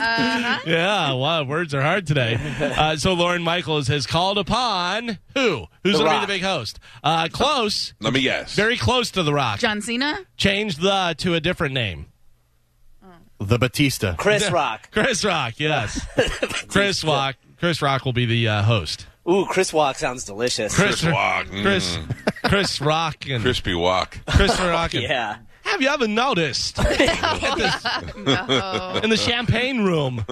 [SPEAKER 2] Yeah, wow, words are hard today. Uh, so Lauren Michaels has called upon who? Who's
[SPEAKER 3] The
[SPEAKER 2] going to be the
[SPEAKER 3] Rock.
[SPEAKER 2] big host? Uh, close,
[SPEAKER 1] Let me guess.
[SPEAKER 2] very close to The Rock.
[SPEAKER 4] John Cena?
[SPEAKER 2] Change the to a different name.
[SPEAKER 6] The Batista.
[SPEAKER 3] Chris Rock.
[SPEAKER 2] Chris Rock, yes. Chris Rock. Chris Rock will be the uh, host.
[SPEAKER 3] Ooh, Chris Walk sounds delicious.
[SPEAKER 1] Chris Rock. Mm.
[SPEAKER 2] Chris, Chris Rock and Chris,
[SPEAKER 1] Crispy Walk.
[SPEAKER 2] Rock. And,
[SPEAKER 3] Yeah.
[SPEAKER 2] Have you ever noticed
[SPEAKER 4] No.
[SPEAKER 2] in the champagne room?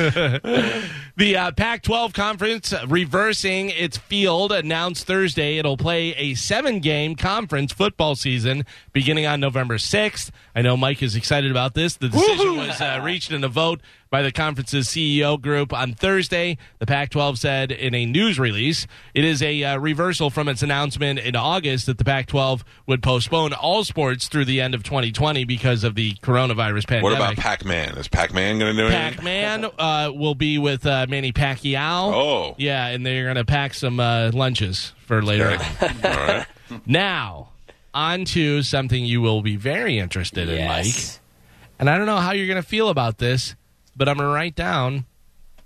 [SPEAKER 2] the uh, Pac-12 conference uh, reversing its field announced Thursday it'll play a seven-game conference football season beginning on November 6th. I know Mike is excited about this. The decision was uh, reached in a vote by the conference's CEO group on Thursday. The Pac-12 said in a news release, it is a uh, reversal from its announcement in August that the Pac-12 would postpone all sports through the end of 2020 because of the coronavirus pandemic.
[SPEAKER 1] What about Pac Man? Is Pac Man going to do anything?
[SPEAKER 2] Pac Man uh, will be with uh, Manny Pacquiao.
[SPEAKER 1] Oh.
[SPEAKER 2] Yeah, and they're going to pack some uh, lunches for later.
[SPEAKER 1] All right.
[SPEAKER 2] on. Now, on to something you will be very interested in, Mike.
[SPEAKER 3] Yes.
[SPEAKER 2] And I don't know how you're going to feel about this, but I'm going to write down.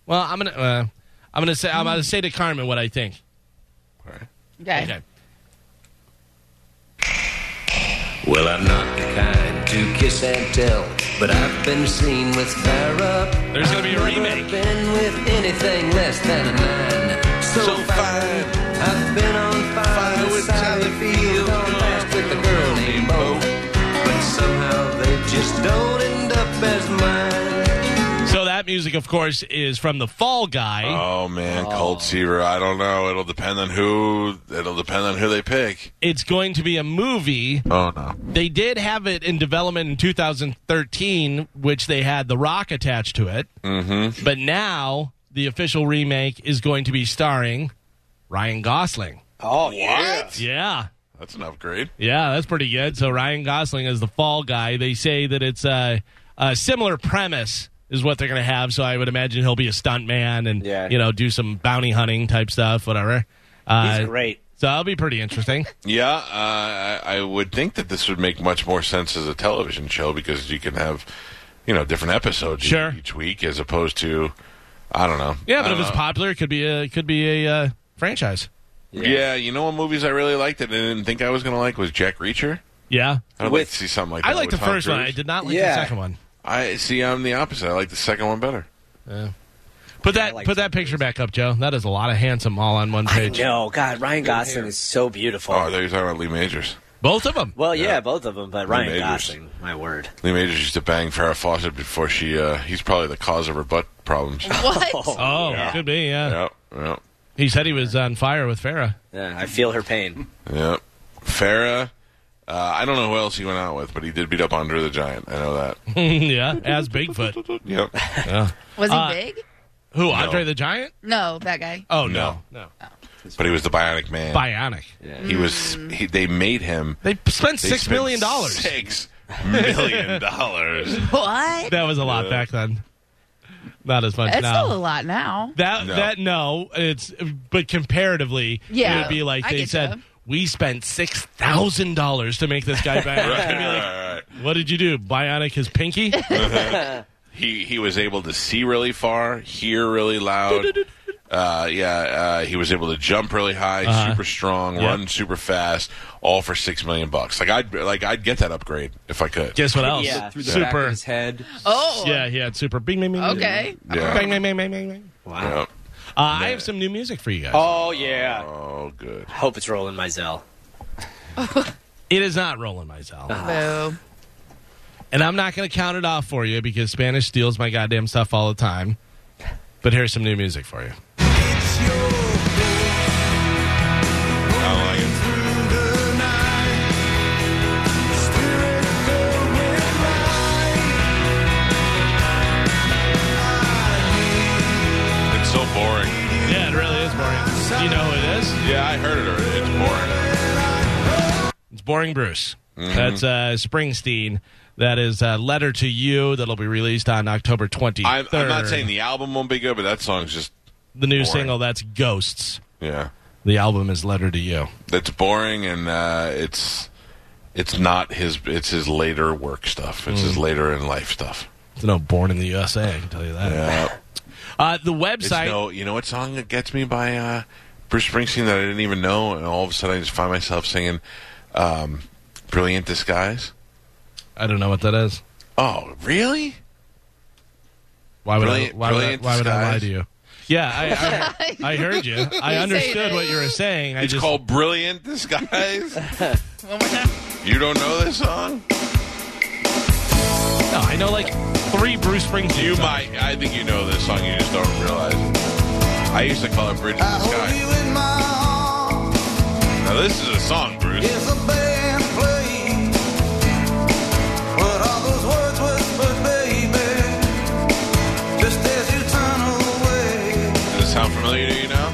[SPEAKER 2] Well, I'm going to. Uh, I'm gonna say I'm gonna say to Carmen what I think.
[SPEAKER 4] Okay.
[SPEAKER 2] Okay.
[SPEAKER 10] Well, I'm not the kind to kiss and tell, but I've been seen with fire up.
[SPEAKER 2] There's gonna be a remake.
[SPEAKER 10] I've been with anything less than a man. So, fine. I've been on fire with Sally Field, on fast with a girl named Bo. But somehow they just don't end up as mine.
[SPEAKER 2] So that music, of course, is from the Fall Guy.
[SPEAKER 1] Oh man, Cold Seaver. I don't know. It'll depend on who. It'll depend on who they pick.
[SPEAKER 2] It's going to be a movie
[SPEAKER 1] Oh no.
[SPEAKER 2] They did have it in development in 2013, which they had The Rock attached to it. Mm-hmm. But now the official remake is going to be starring Ryan Gosling.
[SPEAKER 3] Oh yeah.
[SPEAKER 2] Yeah.
[SPEAKER 1] That's an upgrade.
[SPEAKER 2] Yeah, that's pretty good. So Ryan Gosling is the fall guy. They say that it's a, a similar premise is what they're going to have. So I would imagine he'll be a stunt man and
[SPEAKER 3] Yeah.
[SPEAKER 2] you know do some bounty hunting type stuff, whatever. Uh,
[SPEAKER 3] He's great.
[SPEAKER 2] So that'll be pretty interesting.
[SPEAKER 1] Yeah, uh, I, I would think that this would make much more sense as a television show because you can have, you know, different episodes e-
[SPEAKER 2] Sure.
[SPEAKER 1] each week as opposed to, I don't know.
[SPEAKER 2] yeah,
[SPEAKER 1] I
[SPEAKER 2] but
[SPEAKER 1] don't
[SPEAKER 2] if
[SPEAKER 3] Uh,
[SPEAKER 2] it's
[SPEAKER 1] know.
[SPEAKER 2] popular, it could be a it could be a uh, franchise.
[SPEAKER 1] yeah. you know what movies I really liked that I didn't think I was going to like was Jack Reacher.
[SPEAKER 2] Yeah.
[SPEAKER 1] I'd like
[SPEAKER 3] With-
[SPEAKER 1] to see something like that.
[SPEAKER 2] I liked the
[SPEAKER 1] with Tom
[SPEAKER 2] first one. I
[SPEAKER 1] Cruise.
[SPEAKER 2] did not like the
[SPEAKER 3] Yeah.
[SPEAKER 2] second one.
[SPEAKER 1] I see. I'm the opposite. I like the second one better.
[SPEAKER 2] Put that
[SPEAKER 3] liked
[SPEAKER 2] put that picture back up, Joe. That is a lot of handsome all on one page.
[SPEAKER 3] No, God, Ryan Gosling is so beautiful.
[SPEAKER 1] Oh, I thought you were talking about Lee Majors.
[SPEAKER 2] Both of them.
[SPEAKER 3] well, yeah, both of them, but Ryan
[SPEAKER 1] Majors.
[SPEAKER 3] Gosling, my word.
[SPEAKER 1] Lee Majors used to bang Farrah Fawcett before she. Uh, he's probably the cause of her butt problems.
[SPEAKER 4] What?
[SPEAKER 2] Oh, could be. Yeah.
[SPEAKER 1] yep, yep,
[SPEAKER 2] He said he was on fire with Farah.
[SPEAKER 3] Yeah, I feel her pain.
[SPEAKER 1] yep. Farrah. Uh, I don't know who else he went out with, but he did beat up Andre the Giant. I know that.
[SPEAKER 2] yeah, as Bigfoot.
[SPEAKER 1] Yep.
[SPEAKER 4] Was he
[SPEAKER 2] Uh,
[SPEAKER 4] big?
[SPEAKER 2] Who? Andre the Giant?
[SPEAKER 4] No, that guy.
[SPEAKER 2] Oh no, no.
[SPEAKER 1] But he was the Bionic Man.
[SPEAKER 2] Bionic.
[SPEAKER 1] He was. He, they made him.
[SPEAKER 2] They p- spent
[SPEAKER 1] they
[SPEAKER 2] six
[SPEAKER 1] spent
[SPEAKER 2] million dollars.
[SPEAKER 1] Six million dollars.
[SPEAKER 4] What?
[SPEAKER 2] That was a lot back then. Not as much
[SPEAKER 4] It's
[SPEAKER 2] now.
[SPEAKER 4] still a lot now.
[SPEAKER 2] That
[SPEAKER 4] No.
[SPEAKER 2] that no, it's but comparatively,
[SPEAKER 4] Yeah,
[SPEAKER 2] it would be like
[SPEAKER 4] I
[SPEAKER 2] they
[SPEAKER 4] get
[SPEAKER 2] said
[SPEAKER 4] ya.
[SPEAKER 2] we spent six thousand dollars to make this guy back. I'd be like, what did you do? Bionic his pinky?
[SPEAKER 1] he he was able to see really far, hear really loud. Uh, yeah, uh, he was able to jump really high,
[SPEAKER 2] Uh-huh.
[SPEAKER 1] super strong,
[SPEAKER 2] Yep.
[SPEAKER 1] run super fast, all for six million bucks. Like I'd like I'd get that upgrade if I could.
[SPEAKER 2] Guess what else?
[SPEAKER 1] Yeah.
[SPEAKER 2] Through
[SPEAKER 1] the
[SPEAKER 2] super
[SPEAKER 1] back of
[SPEAKER 2] his head.
[SPEAKER 4] Oh.
[SPEAKER 2] yeah, he had super. Bing, bing, bing, bing,
[SPEAKER 4] Okay.
[SPEAKER 2] bing.
[SPEAKER 1] Yeah.
[SPEAKER 2] Bing, bing, bing, bing, bing, bing.
[SPEAKER 1] Wow.
[SPEAKER 2] Uh, I have some new music for you guys.
[SPEAKER 3] Oh yeah.
[SPEAKER 1] Oh good.
[SPEAKER 3] Hope it's rolling my Zell.
[SPEAKER 2] It is not rolling myself.
[SPEAKER 1] Ah.
[SPEAKER 2] And I'm not going to count it off for you because Spanish steals my goddamn stuff all the time. But here's some new music for you.
[SPEAKER 1] It's so boring.
[SPEAKER 2] Yeah, it really is boring. You know who it is?
[SPEAKER 1] Yeah, I heard it already. It's boring.
[SPEAKER 2] It's Boring Bruce.
[SPEAKER 1] Mm-hmm.
[SPEAKER 2] That's uh, Springsteen. That is uh, Letter to You that'll be released on October 23rd.
[SPEAKER 1] I'm, I'm not saying the album won't be good, but that song's just
[SPEAKER 2] The new
[SPEAKER 1] boring.
[SPEAKER 2] single, that's Ghosts.
[SPEAKER 1] yeah.
[SPEAKER 2] The album is Letter to You.
[SPEAKER 1] It's boring and uh, it's it's not his it's his later work stuff. It's his later in life stuff.
[SPEAKER 2] It's no Born in the USA, I can tell you that.
[SPEAKER 1] Yeah.
[SPEAKER 2] Uh, the
[SPEAKER 1] It's
[SPEAKER 2] website.
[SPEAKER 1] no, you know what song that gets me by uh, Bruce Springsteen that I didn't even know, and all of a sudden I just find myself singing um, "Brilliant Disguise."
[SPEAKER 2] I don't know what that is.
[SPEAKER 1] Oh, really?
[SPEAKER 2] Why would,
[SPEAKER 1] Brilliant-
[SPEAKER 2] I, why, would I,
[SPEAKER 1] brilliant
[SPEAKER 2] why would I lie
[SPEAKER 1] disguise.
[SPEAKER 2] to you? Yeah, I, I, I heard you. I understood what you were saying. I
[SPEAKER 1] It's
[SPEAKER 2] just
[SPEAKER 1] called "Brilliant Disguise." You don't know this song?
[SPEAKER 2] No, I know like three Bruce Springsteen.
[SPEAKER 1] You might. I think you know this song. You just don't realize. it. I used to call it "Bridge to the Sky." Now this is a song, Bruce. Does it sound familiar to you now?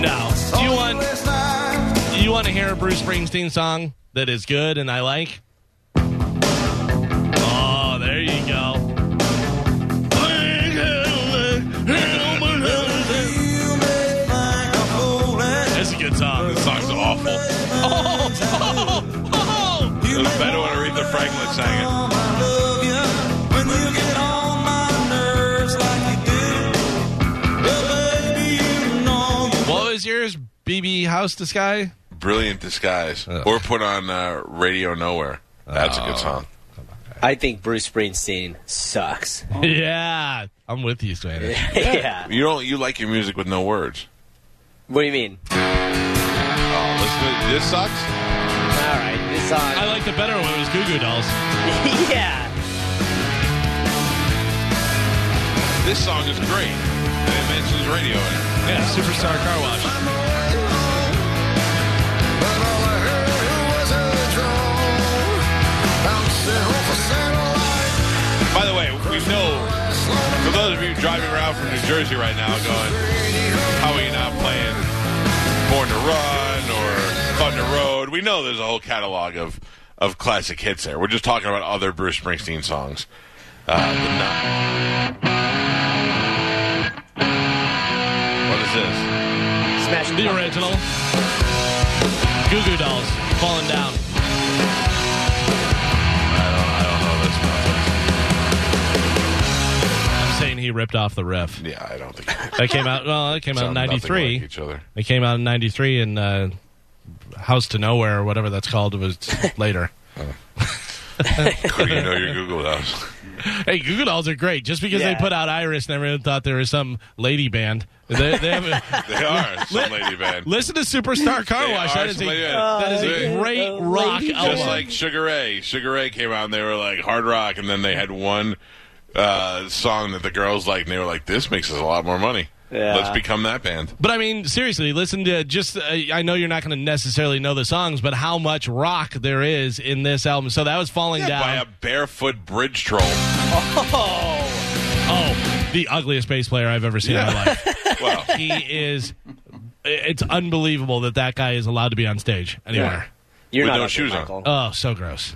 [SPEAKER 2] No. Do you want you want to hear a Bruce Springsteen song that is good and I like? Oh, there you go. That's a good song.
[SPEAKER 1] Ah, This song's awful. It was better when Aretha Franklin sang it.
[SPEAKER 2] What was yours, BB House to Sky?
[SPEAKER 1] Brilliant disguise, or put on uh, Radio Nowhere. That's a good song.
[SPEAKER 3] I think Bruce Springsteen sucks.
[SPEAKER 2] Oh, Yeah, I'm with you, Spanish.
[SPEAKER 3] yeah.
[SPEAKER 1] You don't. You like your music with no words.
[SPEAKER 3] What do you mean?
[SPEAKER 1] Oh, listen, to- this sucks.
[SPEAKER 3] All right, this song.
[SPEAKER 2] I liked it better when it was Goo Goo Dolls.
[SPEAKER 3] yeah.
[SPEAKER 1] This song is great. And it mentions radio. in it.
[SPEAKER 2] Yeah, Superstar Car Wash.
[SPEAKER 1] By the way, we know for those of you driving around from New Jersey right now, going, how are you not playing Born to Run or Thunder Road? We know there's a whole catalog of of classic hits there. We're just talking about other Bruce Springsteen songs. Uh, but not. What is this?
[SPEAKER 3] Smash
[SPEAKER 2] The original. Goo Goo Dolls, Falling Down.
[SPEAKER 1] I don't know this one.
[SPEAKER 2] I'm saying he ripped off the riff.
[SPEAKER 1] Yeah, I don't think. it
[SPEAKER 2] That came out, well, that came out
[SPEAKER 1] sound
[SPEAKER 2] in
[SPEAKER 1] nothing
[SPEAKER 2] 93.
[SPEAKER 1] Like each other.
[SPEAKER 2] It came out in '93, and uh, House to Nowhere, or whatever that's called, was later.
[SPEAKER 1] Could you know your Google those?
[SPEAKER 2] Hey, Goo Goo Dolls are great. Just because they
[SPEAKER 3] Yeah.
[SPEAKER 2] put out Iris, and everyone thought they were some lady band. They, they have-
[SPEAKER 1] They are some lady band.
[SPEAKER 2] listen to Superstar Car
[SPEAKER 1] They
[SPEAKER 2] Wash.
[SPEAKER 1] are
[SPEAKER 2] That is a,
[SPEAKER 1] some lady band.
[SPEAKER 2] that is a
[SPEAKER 1] Oh,
[SPEAKER 2] great rock album.
[SPEAKER 1] Just like Sugar Ray. Sugar Ray came out and they were like hard rock, and then they had one uh, song that the girls liked, and they were like, this makes us a lot more money.
[SPEAKER 3] Yeah.
[SPEAKER 1] Let's become that band.
[SPEAKER 2] but I mean, seriously, listen to just. Uh, I know you're not going to necessarily know the songs, but how much rock there is in this album. So that was falling down.
[SPEAKER 1] By a barefoot bridge troll.
[SPEAKER 2] oh, the ugliest bass player I've ever seen in my life.
[SPEAKER 1] Well,
[SPEAKER 2] he is. It's unbelievable that that guy is allowed to be on stage anywhere.
[SPEAKER 3] You're
[SPEAKER 1] With
[SPEAKER 3] not
[SPEAKER 1] no
[SPEAKER 3] ugly,
[SPEAKER 1] shoes on.
[SPEAKER 3] Michael.
[SPEAKER 2] Oh, so gross.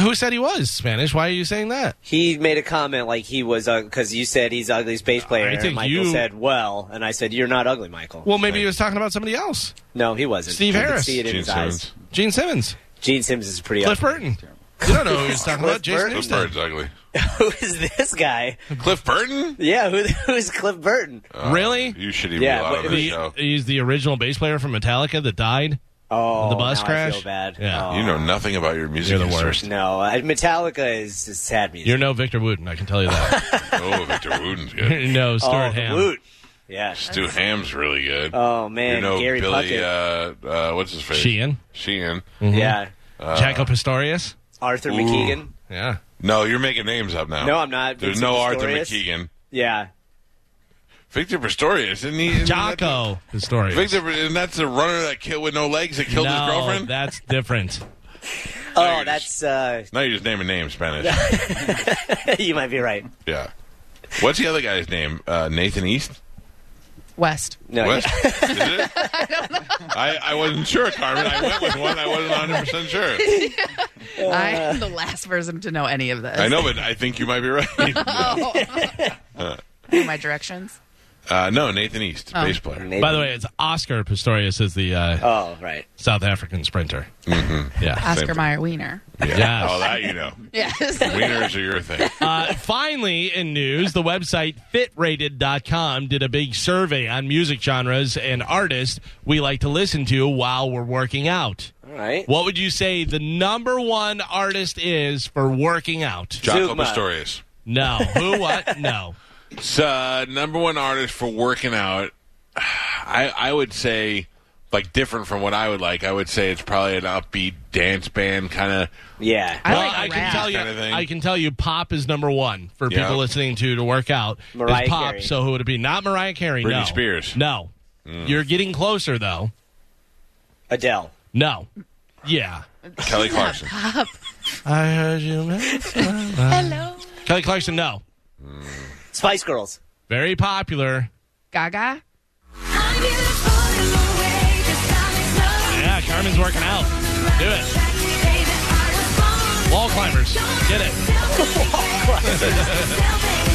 [SPEAKER 2] Who said he was Spanish? Why are you saying that?
[SPEAKER 3] He made a comment like he was because you said he's ugly's bass player.
[SPEAKER 2] I
[SPEAKER 3] and
[SPEAKER 2] think
[SPEAKER 3] Michael
[SPEAKER 2] you-
[SPEAKER 3] said, "Well," and I said, "You're not ugly, Michael."
[SPEAKER 2] Well, maybe he was talking about somebody else.
[SPEAKER 3] No, he wasn't.
[SPEAKER 2] Steve
[SPEAKER 3] I could
[SPEAKER 2] Harris.
[SPEAKER 3] see it in
[SPEAKER 2] Gene
[SPEAKER 3] his
[SPEAKER 2] Simmons.
[SPEAKER 3] eyes.
[SPEAKER 2] Gene Simmons.
[SPEAKER 3] Gene Simmons is pretty
[SPEAKER 2] Cliff
[SPEAKER 3] ugly.
[SPEAKER 2] Burton. You don't know who he's talking about.
[SPEAKER 3] Cliff Burton?
[SPEAKER 2] Jason
[SPEAKER 1] Cliff
[SPEAKER 2] Newsted.
[SPEAKER 1] Burton's ugly.
[SPEAKER 3] who is this guy?
[SPEAKER 1] Cliff Burton? Uh,
[SPEAKER 3] Yeah, who, who's Cliff Burton?
[SPEAKER 2] Really?
[SPEAKER 1] You should even
[SPEAKER 3] Yeah,
[SPEAKER 1] be allowed
[SPEAKER 3] but
[SPEAKER 1] on
[SPEAKER 3] the-
[SPEAKER 1] this show.
[SPEAKER 2] He's the original bass player from Metallica that died.
[SPEAKER 3] Oh,
[SPEAKER 2] The bus
[SPEAKER 3] now
[SPEAKER 2] crash?
[SPEAKER 3] I feel bad.
[SPEAKER 2] Yeah.
[SPEAKER 3] Oh.
[SPEAKER 1] You know nothing about your music.
[SPEAKER 2] You're the
[SPEAKER 1] history.
[SPEAKER 2] worst.
[SPEAKER 3] No, uh, Metallica is, is sad music.
[SPEAKER 2] You're no Victor Wooten, I can tell you that.
[SPEAKER 1] Oh, Victor Wooten's good.
[SPEAKER 2] no Stuart
[SPEAKER 3] oh,
[SPEAKER 2] Ham.
[SPEAKER 3] The Woot. Yeah.
[SPEAKER 1] Stu Ham's really good.
[SPEAKER 3] Oh man,
[SPEAKER 1] you know
[SPEAKER 3] Gary
[SPEAKER 1] Billy,
[SPEAKER 3] Puckett.
[SPEAKER 1] uh, uh, what's his face?
[SPEAKER 2] Sheehan. Mm-hmm.
[SPEAKER 1] Sheehan.
[SPEAKER 3] yeah. Uh,
[SPEAKER 2] Jacko Pastorius.
[SPEAKER 3] Arthur
[SPEAKER 1] ooh.
[SPEAKER 3] McKeegan.
[SPEAKER 2] Yeah.
[SPEAKER 1] No, you're making names up now.
[SPEAKER 3] No, I'm not.
[SPEAKER 1] There's
[SPEAKER 3] Vincent
[SPEAKER 1] no Arthur
[SPEAKER 3] Pistorius.
[SPEAKER 1] McKeegan.
[SPEAKER 3] Yeah.
[SPEAKER 1] Victor Pistorius, isn't he? isn't that the-
[SPEAKER 2] Jocko Pastorius.
[SPEAKER 1] Victor, and that's the runner that killed with no legs that killed
[SPEAKER 2] No,
[SPEAKER 1] his girlfriend.
[SPEAKER 2] that's different.
[SPEAKER 3] Oh, that's uh,
[SPEAKER 1] now you're just naming names, Spanish.
[SPEAKER 3] you might be right.
[SPEAKER 1] yeah. What's the other guy's name? Uh, Nathan East.
[SPEAKER 4] West.
[SPEAKER 3] No,
[SPEAKER 1] West? Is it? I don't know. I, wasn't sure, Carmen. I went with one. I wasn't 100 percent sure.
[SPEAKER 4] I am the last person to know any of this.
[SPEAKER 1] I know, but I think you might be right.
[SPEAKER 4] Know my directions.
[SPEAKER 1] uh, no, Nathan East,
[SPEAKER 2] Oh.
[SPEAKER 1] bass player.
[SPEAKER 3] Nathan-
[SPEAKER 2] By the way, it's Oscar Pistorius is the uh,
[SPEAKER 3] Oh, right.
[SPEAKER 2] South African sprinter. Yeah.
[SPEAKER 4] Oscar
[SPEAKER 1] thing.
[SPEAKER 4] Mayer Wiener.
[SPEAKER 2] Yes.
[SPEAKER 1] Oh, that you know.
[SPEAKER 4] Yes.
[SPEAKER 1] Wieners are your thing.
[SPEAKER 2] Uh, finally, in news, the website fitrated.com did a big survey on music genres and artists we like to listen to while we're working out.
[SPEAKER 3] All right.
[SPEAKER 2] What would you say the number one artist is for working out?
[SPEAKER 1] Jocko
[SPEAKER 3] Zuma.
[SPEAKER 1] Pastorius.
[SPEAKER 2] No. Who, what? No.
[SPEAKER 1] So, uh, number one artist for working out, I, I would say, like, different from what I would like. I would say it's probably an upbeat dance band kind of.
[SPEAKER 3] Yeah.
[SPEAKER 4] I
[SPEAKER 2] Well,
[SPEAKER 4] like
[SPEAKER 2] I can
[SPEAKER 4] rap.
[SPEAKER 2] tell you,
[SPEAKER 1] Kinda thing.
[SPEAKER 2] I can tell you, pop is number one for
[SPEAKER 1] Yeah.
[SPEAKER 2] people listening to to work out. is
[SPEAKER 3] Mariah
[SPEAKER 2] pop.
[SPEAKER 3] Carey.
[SPEAKER 2] So who would it be? Not Mariah Carey.
[SPEAKER 1] Britney
[SPEAKER 2] no.
[SPEAKER 1] Spears. Mm.
[SPEAKER 2] No. You're getting closer though.
[SPEAKER 3] Adele.
[SPEAKER 2] No. Yeah.
[SPEAKER 1] Kelly Clarkson.
[SPEAKER 2] I heard you. Hello. Kelly Clarkson. No.
[SPEAKER 3] Spice Girls.
[SPEAKER 2] Very popular.
[SPEAKER 4] Gaga.
[SPEAKER 2] Yeah, Carmen's working out. Do it. Wall climbers. Get it.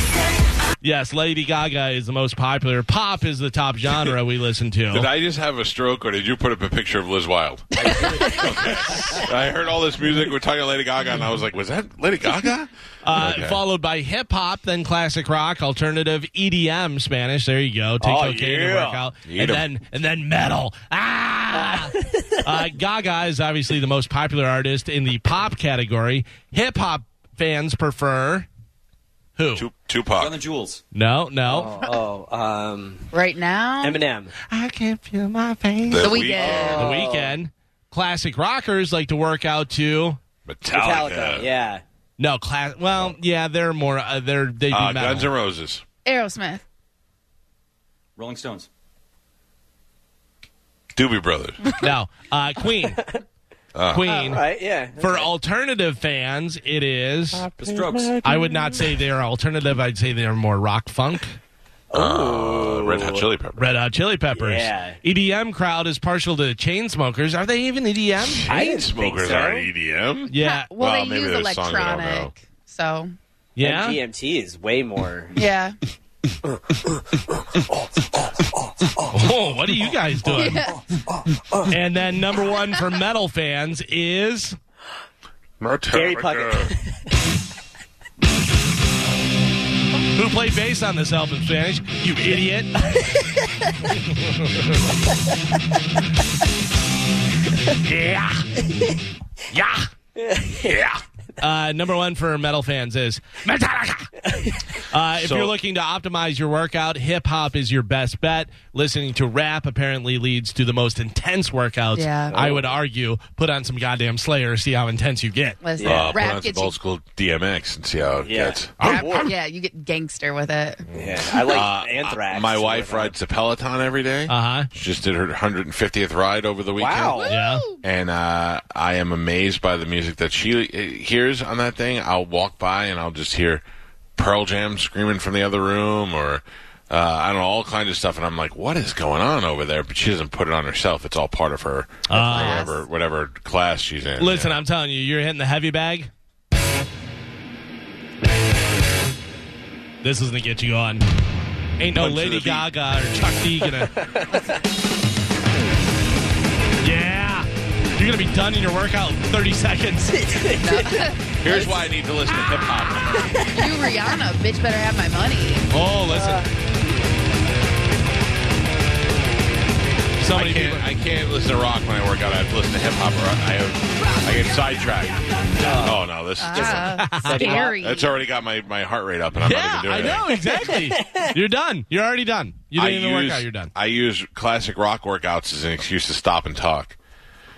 [SPEAKER 2] Yes, Lady Gaga is the most popular. Pop is the top genre we listen to.
[SPEAKER 1] Did I just have a stroke, or did you put up a picture of Liz Wilde? Okay. I heard all this music. We're talking Lady Gaga, and I was like, "Was that Lady Gaga?"
[SPEAKER 2] Uh,
[SPEAKER 1] Okay.
[SPEAKER 2] Followed by hip hop, then classic rock, alternative, EDM, Spanish. There you go. Take
[SPEAKER 3] Oh,
[SPEAKER 2] cocaine
[SPEAKER 3] yeah.
[SPEAKER 2] and work out,
[SPEAKER 1] Eat
[SPEAKER 2] and
[SPEAKER 1] 'em.
[SPEAKER 2] then and then metal. Ah. uh, Gaga is obviously the most popular artist in the pop category. Hip hop fans prefer who?
[SPEAKER 1] Tu- Tupac.
[SPEAKER 10] Jules.
[SPEAKER 2] No, no.
[SPEAKER 3] Oh, um,
[SPEAKER 4] Right now.
[SPEAKER 3] Eminem.
[SPEAKER 2] I can feel my face.
[SPEAKER 4] The
[SPEAKER 1] Weeknd.
[SPEAKER 4] Weeknd.
[SPEAKER 2] The weekend. Classic rockers like to work out to.
[SPEAKER 1] Metallica.
[SPEAKER 3] Metallica. Yeah.
[SPEAKER 2] No, class. Well, yeah, they're more. Uh, they're they do
[SPEAKER 1] Uh,
[SPEAKER 2] metal.
[SPEAKER 1] Guns N' Roses.
[SPEAKER 4] Aerosmith.
[SPEAKER 10] Rolling Stones.
[SPEAKER 1] Doobie Brothers. Uh,
[SPEAKER 2] No, uh, Queen. Queen.
[SPEAKER 3] Right. Yeah.
[SPEAKER 2] For alternative fans, it is.
[SPEAKER 10] The Strokes.
[SPEAKER 2] I would not say they are alternative. I'd say they are more rock funk.
[SPEAKER 1] Uh, Red Hot Chili Peppers.
[SPEAKER 2] Red Hot Chili Peppers.
[SPEAKER 3] Yeah.
[SPEAKER 2] EDM crowd is partial to chain smokers. Are they even EDM?
[SPEAKER 3] I didn't think
[SPEAKER 1] Smokers E
[SPEAKER 3] so.
[SPEAKER 1] aren't EDM.
[SPEAKER 2] Yeah.
[SPEAKER 4] Well,
[SPEAKER 1] Well,
[SPEAKER 4] they
[SPEAKER 1] maybe
[SPEAKER 4] use
[SPEAKER 1] there's songs I don't know.
[SPEAKER 4] electronic. So,
[SPEAKER 3] And
[SPEAKER 2] Yeah.
[SPEAKER 3] GMT is way more.
[SPEAKER 4] yeah.
[SPEAKER 2] Oh, what are you guys doing? And then number one for metal fans is
[SPEAKER 3] Gary Puckett.
[SPEAKER 2] who played bass on this album in Spanish? You idiot. yeah. Yeah. Yeah. Uh, number one for metal fans is Metallica. Uh, if
[SPEAKER 1] So-
[SPEAKER 2] you're looking to optimize your workout, hip hop is your best bet. Listening to rap apparently leads to the most intense workouts.
[SPEAKER 4] Yeah.
[SPEAKER 2] I would argue, put on some goddamn Slayer, see how intense you get.
[SPEAKER 4] Listen,
[SPEAKER 1] Uh, put on
[SPEAKER 4] rap
[SPEAKER 1] some
[SPEAKER 4] gets you.
[SPEAKER 1] old school DMX and see how it
[SPEAKER 3] Yeah.
[SPEAKER 1] gets.
[SPEAKER 4] rap- yeah, you get gangster with it.
[SPEAKER 3] yeah. I like Anthrax.
[SPEAKER 1] Uh, My wife rides a Peloton every day.
[SPEAKER 2] Uh huh.
[SPEAKER 1] She just did her 150th ride over the weekend.
[SPEAKER 3] Wow.
[SPEAKER 2] Yeah.
[SPEAKER 1] and uh, I am amazed by the music that she uh, hears on that thing. I'll walk by and I'll just hear Pearl Jam screaming from the other room, or uh, I don't know, all kinds of stuff. And I'm like, what is going on over there? But she doesn't put it on herself. It's all part of her whatever whatever class she's in.
[SPEAKER 2] Listen,
[SPEAKER 1] yeah.
[SPEAKER 2] I'm telling you, you're hitting the heavy bag. This is gonna get you on. Ain't no
[SPEAKER 10] Punch to the
[SPEAKER 2] Lady
[SPEAKER 10] beat.
[SPEAKER 2] Gaga or Chuck D gonna. yeah, you're gonna be done in your workout in 30 seconds.
[SPEAKER 1] Here's why I need to listen to hip hop.
[SPEAKER 4] you Rihanna, bitch, better have my money.
[SPEAKER 2] Oh, listen. so
[SPEAKER 1] I can't, I can't listen to rock when I work out. I have to listen to hip hop or I, have, I get sidetracked. Oh, no, this is
[SPEAKER 4] Ah,
[SPEAKER 1] different.
[SPEAKER 4] scary.
[SPEAKER 1] That's already got my, my heart rate up, and I'm
[SPEAKER 2] Yeah,
[SPEAKER 1] not even
[SPEAKER 2] I
[SPEAKER 1] doing it.
[SPEAKER 2] know exactly. you're done. You're already done. You didn't
[SPEAKER 1] I
[SPEAKER 2] even
[SPEAKER 1] use,
[SPEAKER 2] work out. You're done.
[SPEAKER 1] I use classic rock workouts as an excuse to stop and talk.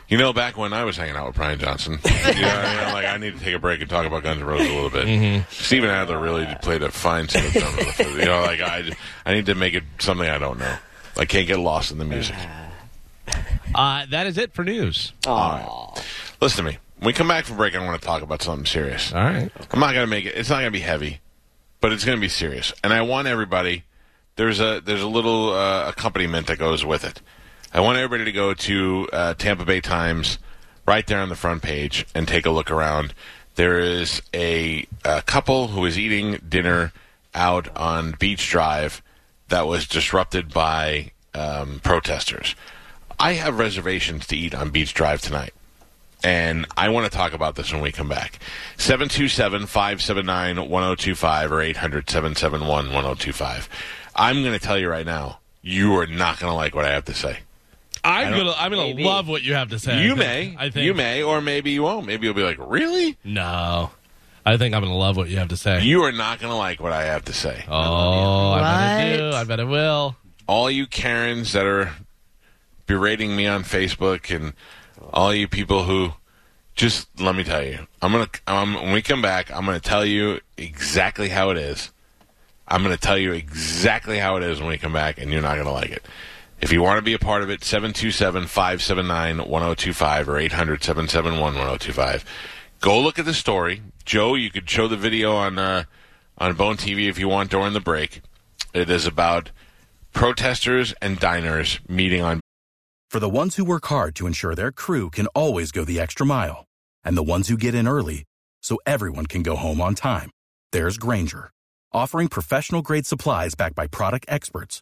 [SPEAKER 1] You know, back when I was hanging out with Brian Johnson, you know, I mean, I'm like, I need to take a break and talk about Guns N' Roses a little bit.
[SPEAKER 2] Mm-hmm.
[SPEAKER 1] Steven Adler really played a fine set of drums. You know, like I, I need to make it something I don't know. I can't get lost in the music.
[SPEAKER 2] Uh-huh. Uh, that is it for news.
[SPEAKER 1] All right. Listen to me. When we come back from break, I want to talk about something serious.
[SPEAKER 2] All right.
[SPEAKER 1] I'm not going to make it. It's not going to be heavy, but it's going to be serious. And I want everybody. There's a there's a little uh, accompaniment that goes with it. I want everybody to go to uh, Tampa Bay Times, right there on the front page, and take a look around. There is a, a couple who is eating dinner out on Beach Drive that was disrupted by um, protesters. I have reservations to eat on Beach Drive tonight and I want to talk about this when we come back. 727 579 1025 or 800 771 1025. I'm going to tell you right now, you are not going to like what I have to say. I
[SPEAKER 2] I'm
[SPEAKER 1] don't-
[SPEAKER 2] gonna I'm gonna
[SPEAKER 1] Maybe.
[SPEAKER 2] love what you have to say.
[SPEAKER 1] you
[SPEAKER 2] I think.
[SPEAKER 1] may.
[SPEAKER 2] I think
[SPEAKER 1] You may, or maybe you won't. Maybe you'll be like, really?
[SPEAKER 2] No, I think I'm gonna love what you have to say.
[SPEAKER 1] You are not going to like what I have to say.
[SPEAKER 2] oh, I bet I
[SPEAKER 4] What?
[SPEAKER 2] do. I bet I will.
[SPEAKER 1] all you Karens that are berating me on Facebook and all you people who just let me tell you. I'm going to um, when we come back, I'm going to tell you exactly how it is. I'm going to tell you exactly how it is when we come back and you're not going to like it. If you want to be a part of it, 727-579-1025 or 800-771-1025. Go look at the story. Joe, you could show the video on uh, on Bone TV if you want during the break. It is about protesters and diners meeting on
[SPEAKER 11] For the ones who work hard to ensure their crew can always go the extra mile, and the ones who get in early so everyone can go home on time, there's Granger, offering professional grade supplies backed by product experts